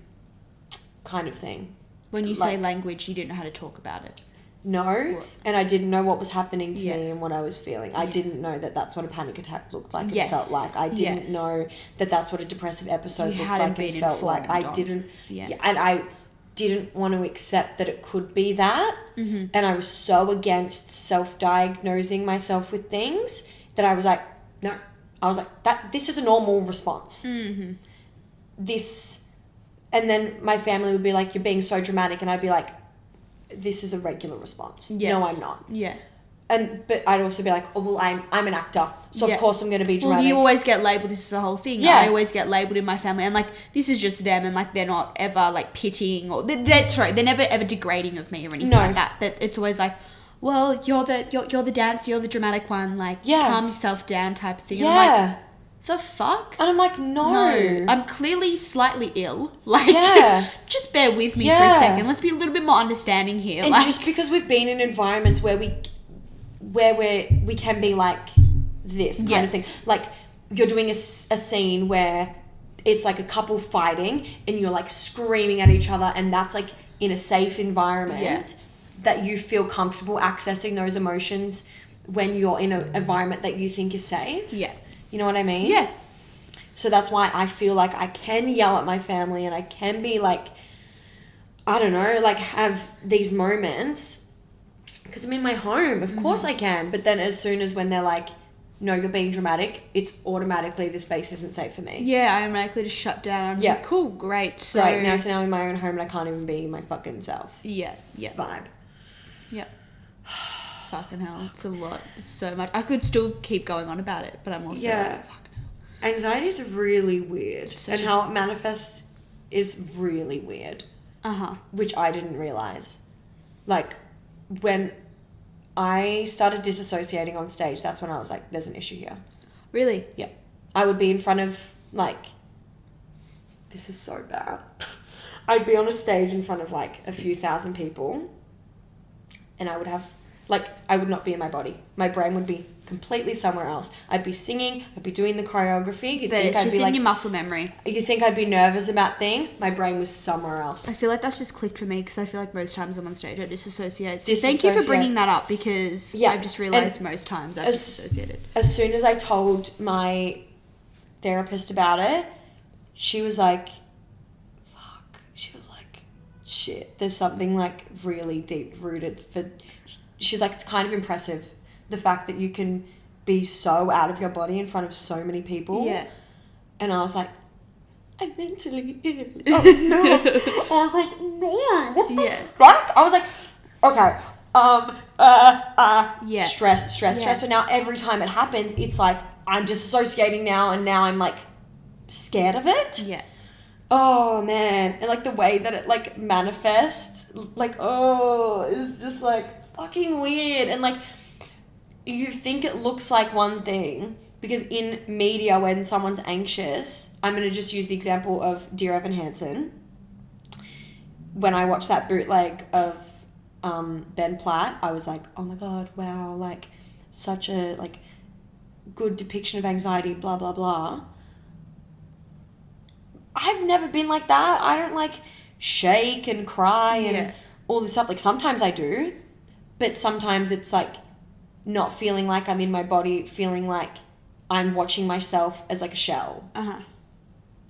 Kind of thing. When you say Like- language, you don't know how to talk about it. No, and I didn't know what was happening to Yeah. me and what I was feeling. I didn't know that that's what a panic attack looked like. Yes. It felt like I Yeah. didn't know that that's what a depressive episode You looked hadn't like. It been felt like informed I on- didn't, Yeah. yeah, and I didn't want to accept that it could be that. Mm-hmm. And I was so against self-diagnosing myself with things that I was like, no, I was like that. This is a normal response. Mm. This, and then my family would be like, "You're being so dramatic," and I'd be like. This is a regular response. No, I'm Yes. not Yeah. and but I'd also be like, oh well, I'm I'm an actor, so Yeah. of course I'm going to be Well, dramatic. you always get labeled. This is the whole thing. Yeah. I always get labeled in my family, and like this is just them, and like they're not ever like pitying or they they're sorry, they're never ever degrading of me or anything No. like that. But it's always like, well, you're the you're, you're the dancer, you're the dramatic one, like Yeah. calm yourself down type of thing. And I'm like, yeah, the fuck. and I'm like, no, No, I'm clearly slightly ill. Like, Yeah. just bear with me for Yeah. a second. Let's be a little bit more understanding here. and like, just because we've been in environments where we where we we can be like this kind of Yes. thing, like you're doing a, s- a scene where it's like a couple fighting and you're like screaming at each other, and that's like in a safe environment that you feel comfortable accessing those emotions when you're in an environment that you think is safe. Yeah. You know what I mean? yeah, So that's why I feel like I can yell at my family and I can be like, I don't know, like have these moments because I'm in my home. Of course I can. But then as soon as when they're like, no, you're being dramatic, it's automatically this space isn't safe for me. yeah. I automatically just shut down. I'm just Yeah. like, cool, great. So, Right now, so now I'm in my own home and I can't even be my fucking self yeah, yeah. vibe. Yep. Fucking hell, it's a lot. It's so much. I could still keep going on about it, but I'm also Yeah. like, fuck. no. Anxiety is really weird, such and a- how it manifests is really weird. Uh-huh. which I didn't realize. Like when I started disassociating on stage, that's when I was like, "There's an issue here." Really? Yeah, I would be in front of like, this is so bad. I'd be on a stage in front of like a few thousand people, and I would have like I would not be in my body. My brain would be completely somewhere else. I'd be singing. I'd be doing the choreography. You'd But think it's I'd just be in like, your muscle memory. you think I'd be nervous about things. My brain was somewhere else. I feel like that's just clicked for me because I feel like most times I'm on stage I disassociate. So Thank you for Disassociate. bringing that up because Yeah, I've just realised and most times I've as- disassociated. as soon as I told my therapist about it, she was like, fuck. She was like, shit, there's something like really deep rooted for. She's like, it's kind of impressive the fact that you can be so out of your body in front of so many people. Yeah. And I was like, I'm mentally ill. Oh no. I was like, no, what the Yeah. fuck? I was like, okay, um, uh, uh, Yeah. stress, stress, Yeah. stress. So now every time it happens, it's like I'm disassociating now, and now I'm like scared of it. Yeah. Oh man, and like the way that it like manifests, like oh, it's just like fucking weird. And like you think it looks like one thing because in media when someone's anxious, I'm going to just use the example of Dear Evan Hansen. When I watched that bootleg of um, Ben Platt, I was like, "Oh my god, wow, like such a like good depiction of anxiety, blah blah blah." I've never been like that. I don't like shake and cry and Yeah. all this stuff. Like sometimes I do, but sometimes it's like not feeling like I'm in my body, feeling like I'm watching myself as like a shell. Uh huh.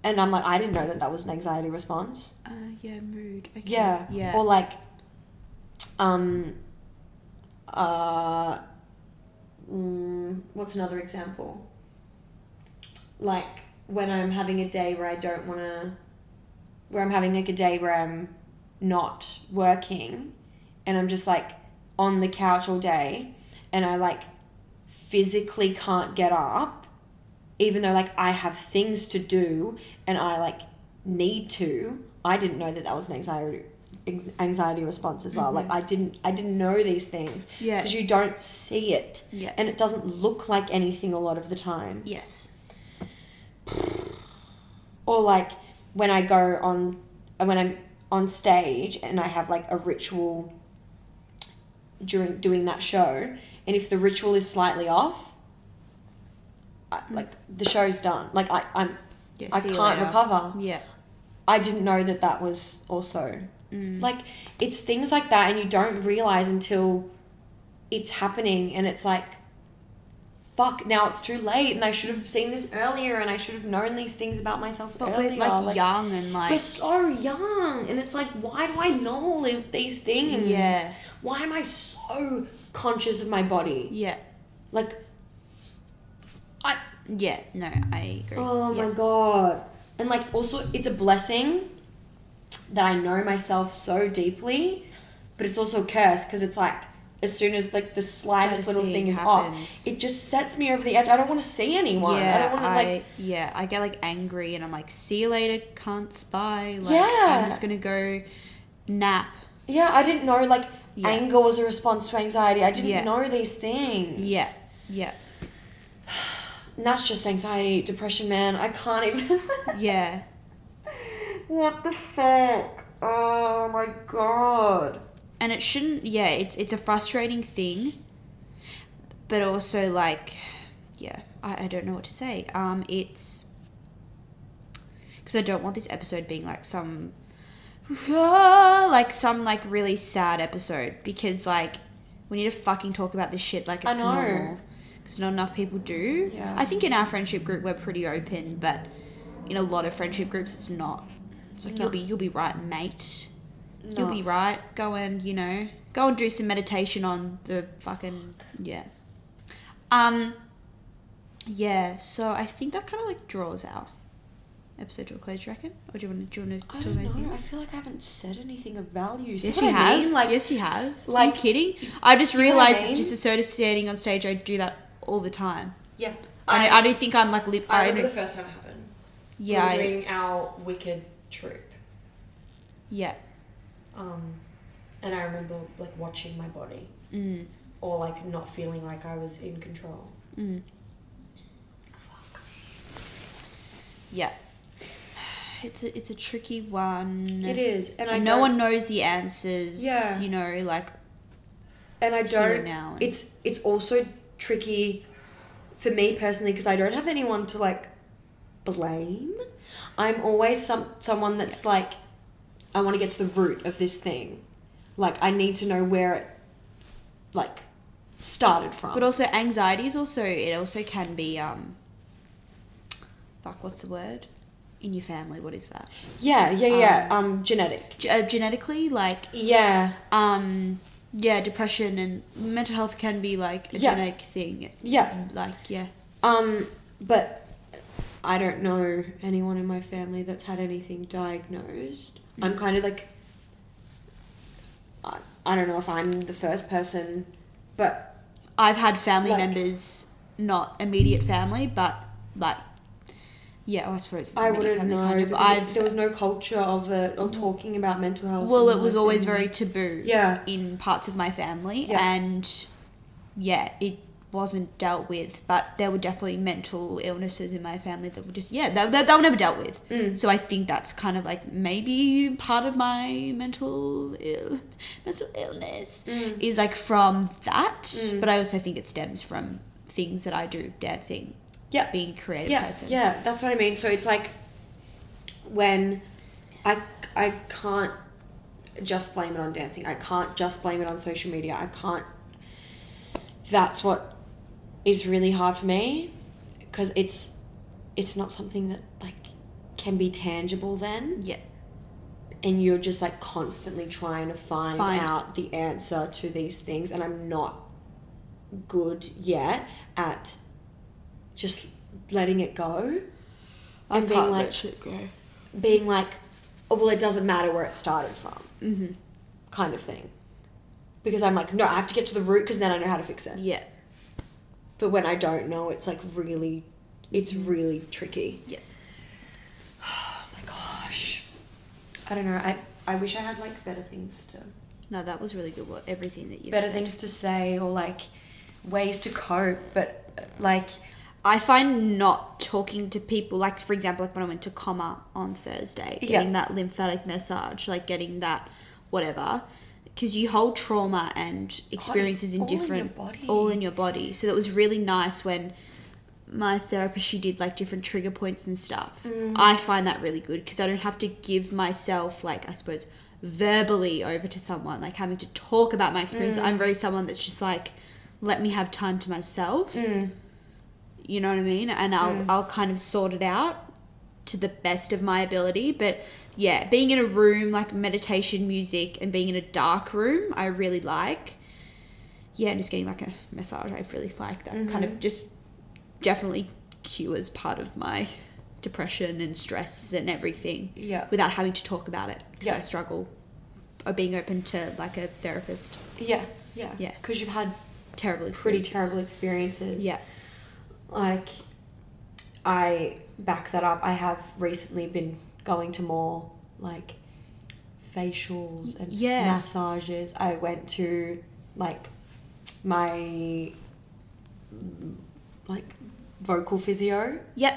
And I'm like, I didn't know that that was an anxiety response. Uh, yeah, mood. Okay. Yeah. Yeah. Or like, um, uh, mm, what's another example? Like when I'm having a day where I don't want to, where I'm having like a day where I'm not working and I'm just like on the couch all day and I like physically can't get up even though like I have things to do and I like need to, I didn't know that that was an anxiety anxiety response as well. Like I didn't I didn't know these things Mm-hmm. Yeah. because you don't see it Yeah. and it doesn't look like anything a lot of the time. yes. Or like when I go on when I'm on stage and I have like a ritual during doing that show, and if the ritual is slightly off, I, like the show's done. Like I I'm Mm. Yeah, I see you can't later. recover. Yeah. I didn't know that that was also Mm. like it's things like that, and you don't realize until it's happening, and it's like, fuck, now it's too late, and I should have seen this earlier, and I should have known these things about myself But earlier. we're like, young and like We're so young, and it's like, why do I know all of these things? Yeah. Why am I so conscious of my body? yeah, Like, I yeah. No, I agree. Oh yeah. my god. And like it's also it's a blessing that I know myself so deeply, but it's also a curse because it's like as soon as like the slightest little Noticing thing is happens. off, it just sets me over the edge. I don't want to see anyone. I Yeah, don't want to I, like yeah, I get like angry and I'm like, see you later, cunts, bye. Like, Yeah. I'm just gonna go nap. yeah, I didn't know like Yeah. anger was a response to anxiety. I didn't Yeah. know these things. Yeah, yeah, And that's just anxiety, depression, man. I can't even yeah. What the fuck? Oh my god. And it shouldn't. Yeah, it's it's a frustrating thing, but also like, yeah, I, I don't know what to say. Um, it's because I don't want this episode being like some, like some like really sad episode because like we need to fucking talk about this shit like I it's know. normal because not enough people do. Yeah. I think in our friendship group we're pretty open, but in a lot of friendship groups it's not. It's like you'll be you'll be right, mate. You'll be right. Go and you know go and do some meditation on the fucking yeah. Um. Yeah, so I think that kind of like draws our episode to a close. Do you reckon, or do you want to do you want to I do don't anything? know. I feel like I haven't said anything of value. See Yes, what you I have. mean? Like, Like, yes, you have. Like, like- Are you kidding? I just See what I realized mean? disassociating on stage. I do that all the time. yeah. I, I, do think I'm like lip. I I, remember do, the first time it happened. yeah, we were I, doing our Wicked troupe, yeah, um, and I remember like watching my body, Mm. or like not feeling like I was in control. yeah. It's a it's a tricky one. It is, and I no don't- one knows the answers. Yeah. you know, like and I here don't. and now. and- It's it's also tricky for me personally because I don't have anyone to like blame. I'm always some someone that's like, I want to get to the root of this thing. Like, I need to know where it, like, started from. But also anxiety is also it also can be um fuck what's the word? In your family, what is that? yeah, yeah, yeah. um genetic. G- uh, genetically like Yeah. um yeah, depression and mental health can be like a Yeah. genetic thing. Yeah. Like yeah. Um, but I don't know anyone in my family Mm. that's had anything diagnosed. I'm kind of like, I, I don't know if I'm the first person, but I've had family Like- members, not immediate family, but like, yeah, I suppose. I wouldn't immediate family know. kind of. because it- I've there was no culture of it or talking about mental health. Mm. well, and it was like- always very taboo. Yeah. in parts of my family, Yeah. and yeah, it wasn't dealt with. But there were definitely mental illnesses in my family that were just yeah, that that, that were never dealt with. Mm. So I think that's kind of like maybe part of my mental Ill, mental illness Mm. is like from that. But I also think it stems from things that I do, dancing, yeah. being a creative yeah, person. Yeah, that's what I mean. So it's like when I I can't just blame it on dancing. I can't just blame it on social media. I can't. That's what is really hard for me because it's it's not something that like can be tangible then yeah. and you're just like constantly trying to find, Find. out the answer to these things and i'm not good yet at just letting it go I and being can't like let shit go. being like oh well it doesn't matter where it started from mm-hmm. kind of thing because i'm like no i have to get to the root because then i know how to fix it Yeah. but when i don't know it's like really it's really tricky Yeah. oh my gosh i don't know i i wish i had like better things to No, that was really good. What everything that you better said. things to say or like ways to cope but uh, like I find not talking to people, like for example, like when I went to Comma on Thursday, Yeah. getting that lymphatic massage, like getting that whatever, because you hold trauma and experiences in all in your different, body. all in your body. So that was really nice when my therapist she did like different trigger points and stuff. Mm. I find that really good because I don't have to give myself like I suppose verbally over to someone like having to talk about my experience. Mm. I'm very someone that's just like let me have time to myself. Mm. You know what I mean? And I'll I'll kind of sort it out to the best of my ability, but yeah, being in a room like meditation music and being in a dark room, I really like. Yeah, and just getting like a massage, I really like that kind Mm-hmm. of just definitely cures part of my depression and stress and everything Yeah. without having to talk about it because Yeah. I struggle or being open to like a therapist. yeah yeah Yeah. because you've had Terrible pretty experience. terrible experiences Yeah. like I back that up. I have recently been going to more like facials and Yeah. massages. I went to like my like vocal physio. Yep.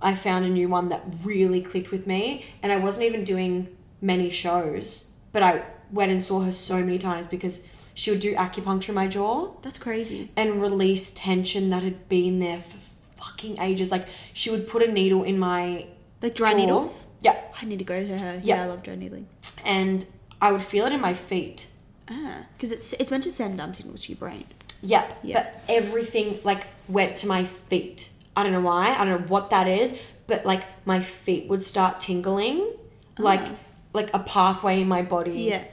I found a new one that really clicked with me, and I wasn't even doing many shows, but I went and saw her so many times because she would do acupuncture in my jaw That's crazy. and release tension that had been there for fucking ages. Like she would put a needle in my Like dry jaw. needles. Yeah, I need to go to her. Yeah. Yeah, I love dry needling. and I would feel it in my feet. Ah, because it's it's meant to send numb signals to your brain. Yep. Yeah. But everything like went to my feet. I don't know why. I don't know what that is, but like my feet would start Oh. tingling, like like a pathway in my body Yeah.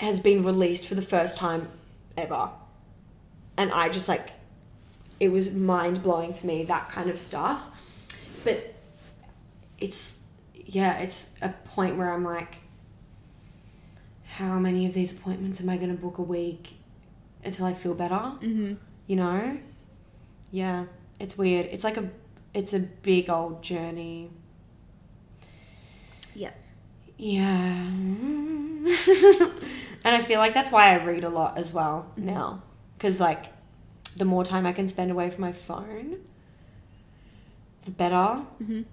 has been released for the first time ever. And I just like, it was mind blowing for me, that kind of stuff. But it's, yeah, it's a point where I'm like, how many of these appointments am I going to book a week until I feel better? Mm-hmm. You know? Yeah, it's weird. It's like a, it's a big old journey. Yeah. Yeah. and I feel like that's why I read a lot as well now. Because, like, the more time I can spend away from my phone, the better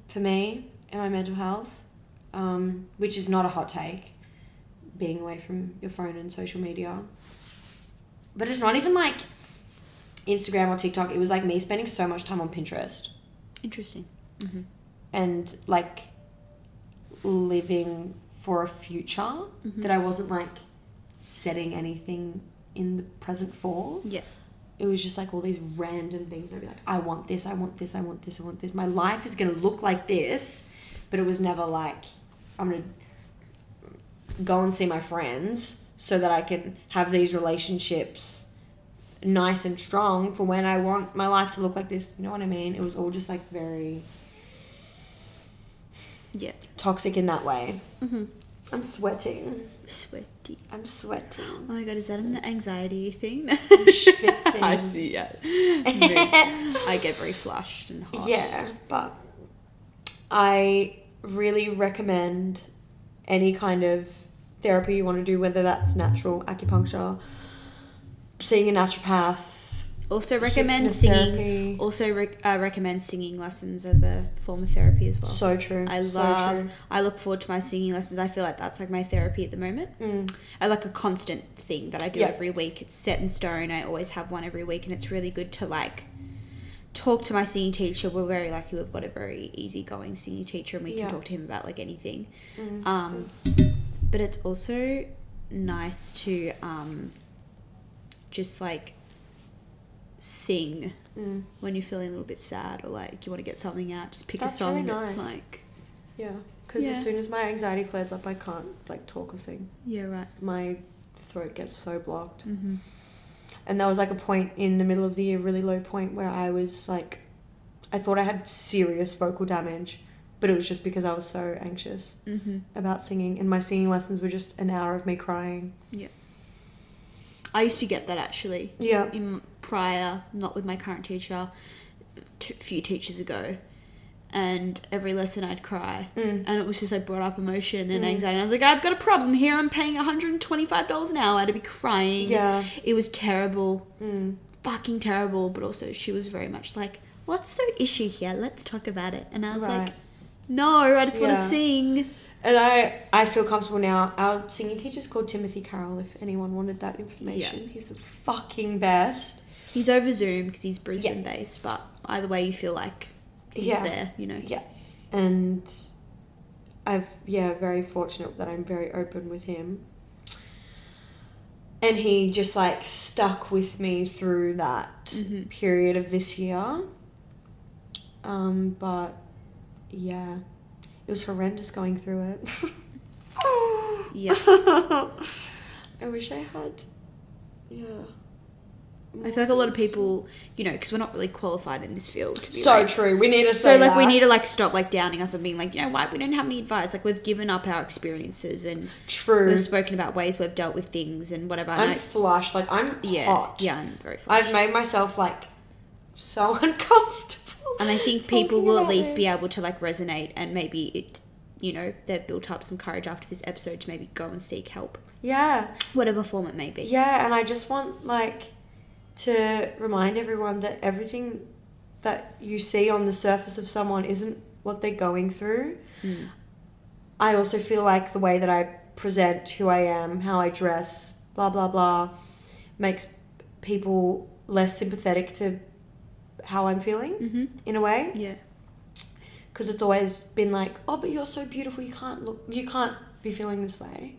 for me and my mental health. Um, which is not a hot take, being away from your phone and social media. But it's not even like Instagram or TikTok. It was like me spending so much time on Pinterest Interesting. and like living for a future that I wasn't like setting anything in the present for. Yeah. It was just like all these random things. I'd be like, I want this, I want this, I want this, I want this. My life is gonna look like this, but it was never like I'm gonna go and see my friends so that I can have these relationships nice and strong for when I want my life to look like this. You know what I mean? It was all just like very Yeah. toxic in that way. I'm sweating. Sweaty. I'm sweating. Oh my god, is that an anxiety thing? I Schwitzing. see, yeah. I get very flushed and hot. yeah, but I really recommend any kind of therapy you want to do, whether that's natural acupuncture, seeing a naturopath. Also recommend singing. Hypnotherapy. Also rec- uh, recommend singing lessons as a form of therapy as well. So true. I so love. true. I look forward to my singing lessons. I feel like that's like my therapy at the moment. Mm. I like a constant thing that I do Yeah. every week. It's set in stone. I always have one every week, and it's really good to like talk to my singing teacher. We're very lucky. We've got a very easygoing singing teacher, and we Yeah. Mm, can talk to him about like anything. Um, but it's also nice to um, just like sing Mm. when you're feeling a little bit sad or like you want to get something out. Just pick a That's song really that's nice. like. Yeah, because Yeah. as soon as my anxiety flares up, I can't like talk or sing. Yeah, right. my throat gets so blocked. And there was like a point in the middle of the year, really low point, where I was like, I thought I had serious vocal damage, but it was just because I was so anxious about singing. And my singing lessons were just an hour of me crying. I used to get that actually Yeah. in prior, not with my current teacher, t- few teachers ago. And every lesson I'd cry, Mm. and it was just I brought up emotion and anxiety. And I was like, I've got a problem here. I'm paying 125 dollars an hour to be crying. Yeah. Mm. it was terrible, fucking terrible. But also, she was very much like, "What's the issue here? Let's talk about it." And I was Right. like, "No, I just want to Yeah. sing." And I, I feel comfortable now. Our singing teacher's called Timothy Carroll, if anyone wanted that information. He's the fucking best. He's over Zoom because he's Brisbane based, but either way, you feel like he's Yeah. there, you know. Yeah. And I've yeah, very fortunate that I'm very open with him. And he just like stuck with me through that period of this year. Um, but yeah. It was horrendous going through it. Yeah. I wish I had yeah. I feel like a lot of people, you know, because we're not really qualified in this field. To be So like- true. We need to so say like we that. need to like stop like downing us and being like, you know, why we don't have any advice. Like we've given up our experiences and true. we've spoken about ways we've dealt with things and whatever. and I'm I- flushed. Like I'm yeah, hot. yeah, I'm very. I've flushed. made myself like so uncomfortable. and I think people talking will at about least be this. able to like resonate and maybe it, you know, they've built up some courage after this episode to maybe go and seek help, Yeah, whatever form it may be. yeah, and I just want like to remind everyone that everything that you see on the surface of someone isn't what they're going through. I also feel like the way that I present who I am, how I dress, blah blah blah, makes people less sympathetic to how I'm feeling in a way. yeah. because it's always been like, oh, but you're so beautiful, you can't look, you can't be feeling this way.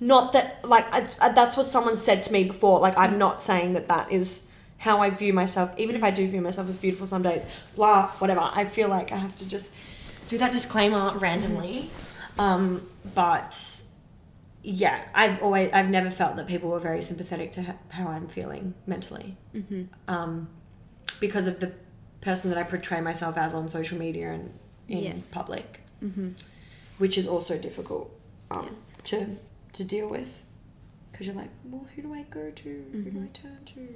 Not that like I, I- that's what someone said to me before. Like I'm not saying that that is how I view myself. Even if I do view myself as beautiful some days, blah, whatever. I feel like I have to just do that disclaimer randomly. Um, but yeah, I've always I've never felt that people were very sympathetic to h- how I'm feeling mentally Mm-hmm. Um, because of the person that I portray myself as on social media and in Yeah. Mm-hmm. public, which is also difficult um, to to deal with because you're like, well, who do I go to? Who Mm-hmm. do I turn to?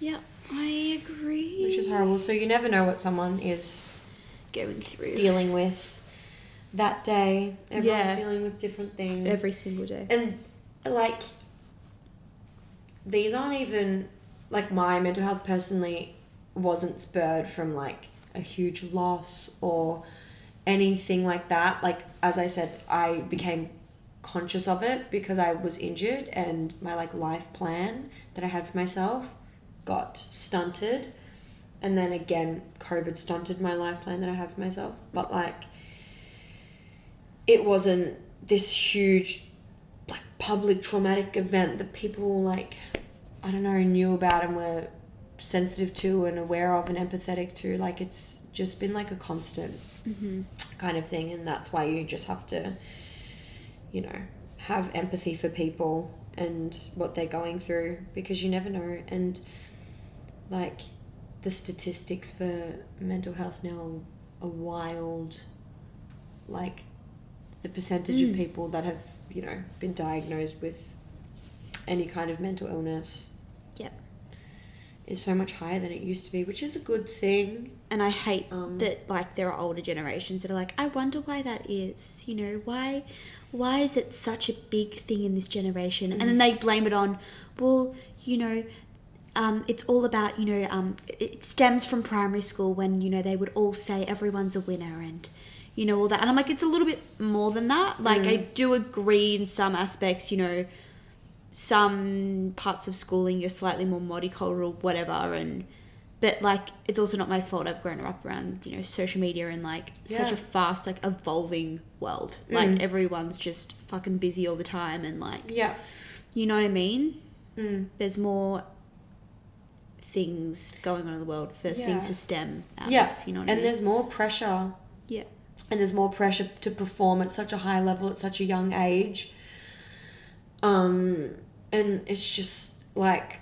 Yeah, I agree. Which is horrible. So you never know what someone is going through dealing with that day. Everyone's Yeah. dealing with different things. every single day. and like these aren't even like my mental health personally wasn't spurred from like a huge loss or anything like that like as i said i became conscious of it because i was injured and my like life plan that i had for myself got stunted and then again covid stunted my life plan that i had for myself but like it wasn't this huge like public traumatic event that people like I don't know knew about and were sensitive to and aware of and empathetic to like it's just been like a constant kind of thing and that's why you just have to you know have empathy for people and what they're going through because you never know and like the statistics for mental health now are wild like the percentage Mm. of people that have, you know, been diagnosed with any kind of mental illness Yep. is so much higher than it used to be, which is a good thing. And I hate Um, that like there are older generations that are like, I wonder why that is. You know, why why is it such a big thing in this generation? And then they blame it on, well, you know, um, it's all about you know um, it- it stems from primary school when you know they would all say everyone's a winner and you know all that and i'm like it's a little bit more than that like i do agree in some aspects you know some parts of schooling you're slightly more multicultural whatever and but like it's also not my fault i've grown up around you know social media and like such Yeah. Mm. a fast like evolving world like everyone's just fucking busy all the time and like Yeah. Mm. you know what I mean? There's more things going on in the world for Yeah. things to stem out Yeah. of. You know and what I mean? there's more pressure Yeah. and there's more pressure to perform at such a high level at such a young age. Um, and it's just like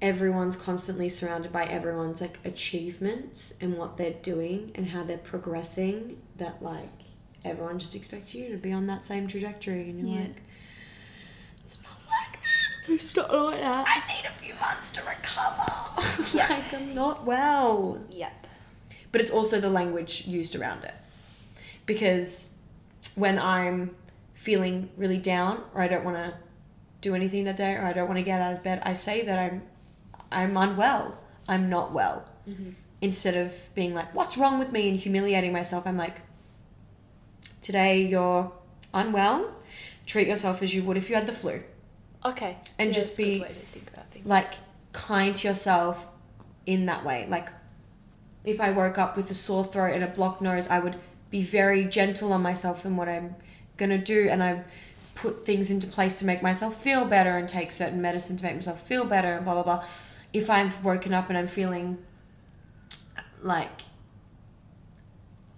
everyone's constantly surrounded by everyone's like achievements and what they're doing and how they're progressing. That like everyone just expects you to be on that same trajectory, and you're Yeah. like, it's not like that. It's not like that. I need a few months to recover. like I'm not well Yep. but it's also the language used around it. Because when I'm feeling really down or I don't want to do anything that day or I don't want to get out of bed, I say that I'm I'm unwell. I'm not well. Mm-hmm. Instead of being like, "What's wrong with me?" and humiliating myself, I'm like, "Today you're unwell. Treat yourself as you would if you had the flu." Okay. And Yeah, just that's a good be way to think about things. like kind to yourself in that way. Like if I woke up with a sore throat and a blocked nose, I would be very gentle on myself and what I'm gonna do, and I put things into place to make myself feel better and take certain medicine to make myself feel better and blah blah blah. If i am woken up and I'm feeling like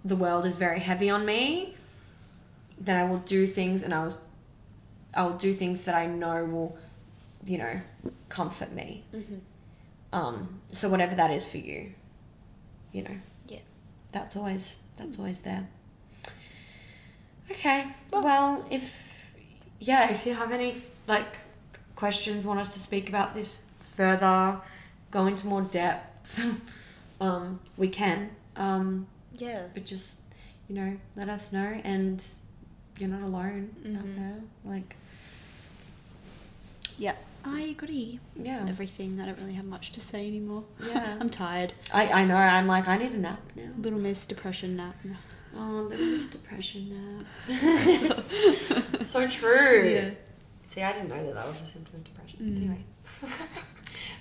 the world is very heavy on me, then I will do things and I was I will do things that I know will, you know, comfort me. Um, so whatever that is for you, you know. Yeah. Hmm. That's always that's always there. Okay. Well, if yeah, if you have any like questions, want us to speak about this further, go into more depth, um, we can. Um, yeah. but just you know let us know and you're not alone Mm-hmm. out there like Yep. I agree. yeah Everything. I don't really have much to say anymore. Oh. Yeah. I'm tired. I, I know i'm like i need a nap now Little Miss Depression nap. oh little miss depression It's so true. see i didn't know that that was a symptom of depression Anyway,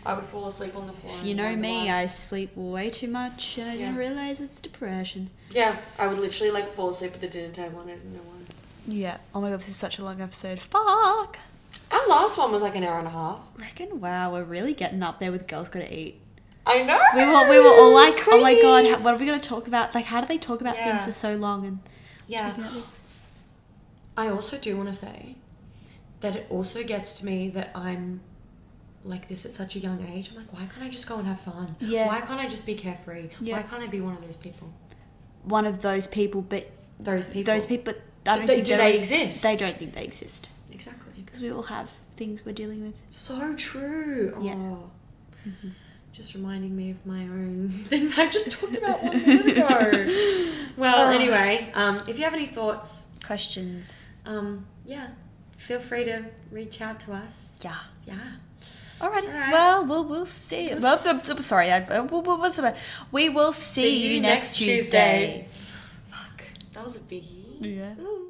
I would fall asleep on the floor. Mm. You and know wonder me, why. I sleep way too much and I didn't Yeah. realise it's depression. yeah, I would literally like fall asleep at the dinner table and I didn't know why. Yeah. Oh my god, this is such a long episode. Fuck. Our last one was like an hour and a half. Reckon, wow, we're really getting up there with Girls Gotta Eat. I know. we were we were all like, oh my god, how, what are we gonna talk about? Like, how do they talk about things Yeah. for so long? And yeah I also do want to say that it also gets to me that I'm like this at such a young age. I'm like, why can't I just go and have fun? Yeah. Why can't I just be carefree? Yeah. Why can't I be one of those people? one of those people, but Those people. those people, I don't they- think do they're- they exist? They don't think they exist Exactly. because we all have things we're dealing with. So true. Yeah. Mm-hmm. Oh. Just reminding me of my own thing that I just talked about one minute ago. well, anyway, um, if you have any thoughts, Questions. um, yeah, feel free to reach out to us. Yeah. Yeah. Alrighty. Alright. Well, we'll we'll see. Well, I'm- I'm sorry. I, uh, we'll, we'll, what's the matter? we will see, you next Tuesday. Fuck. That was a biggie. Yeah. Ooh.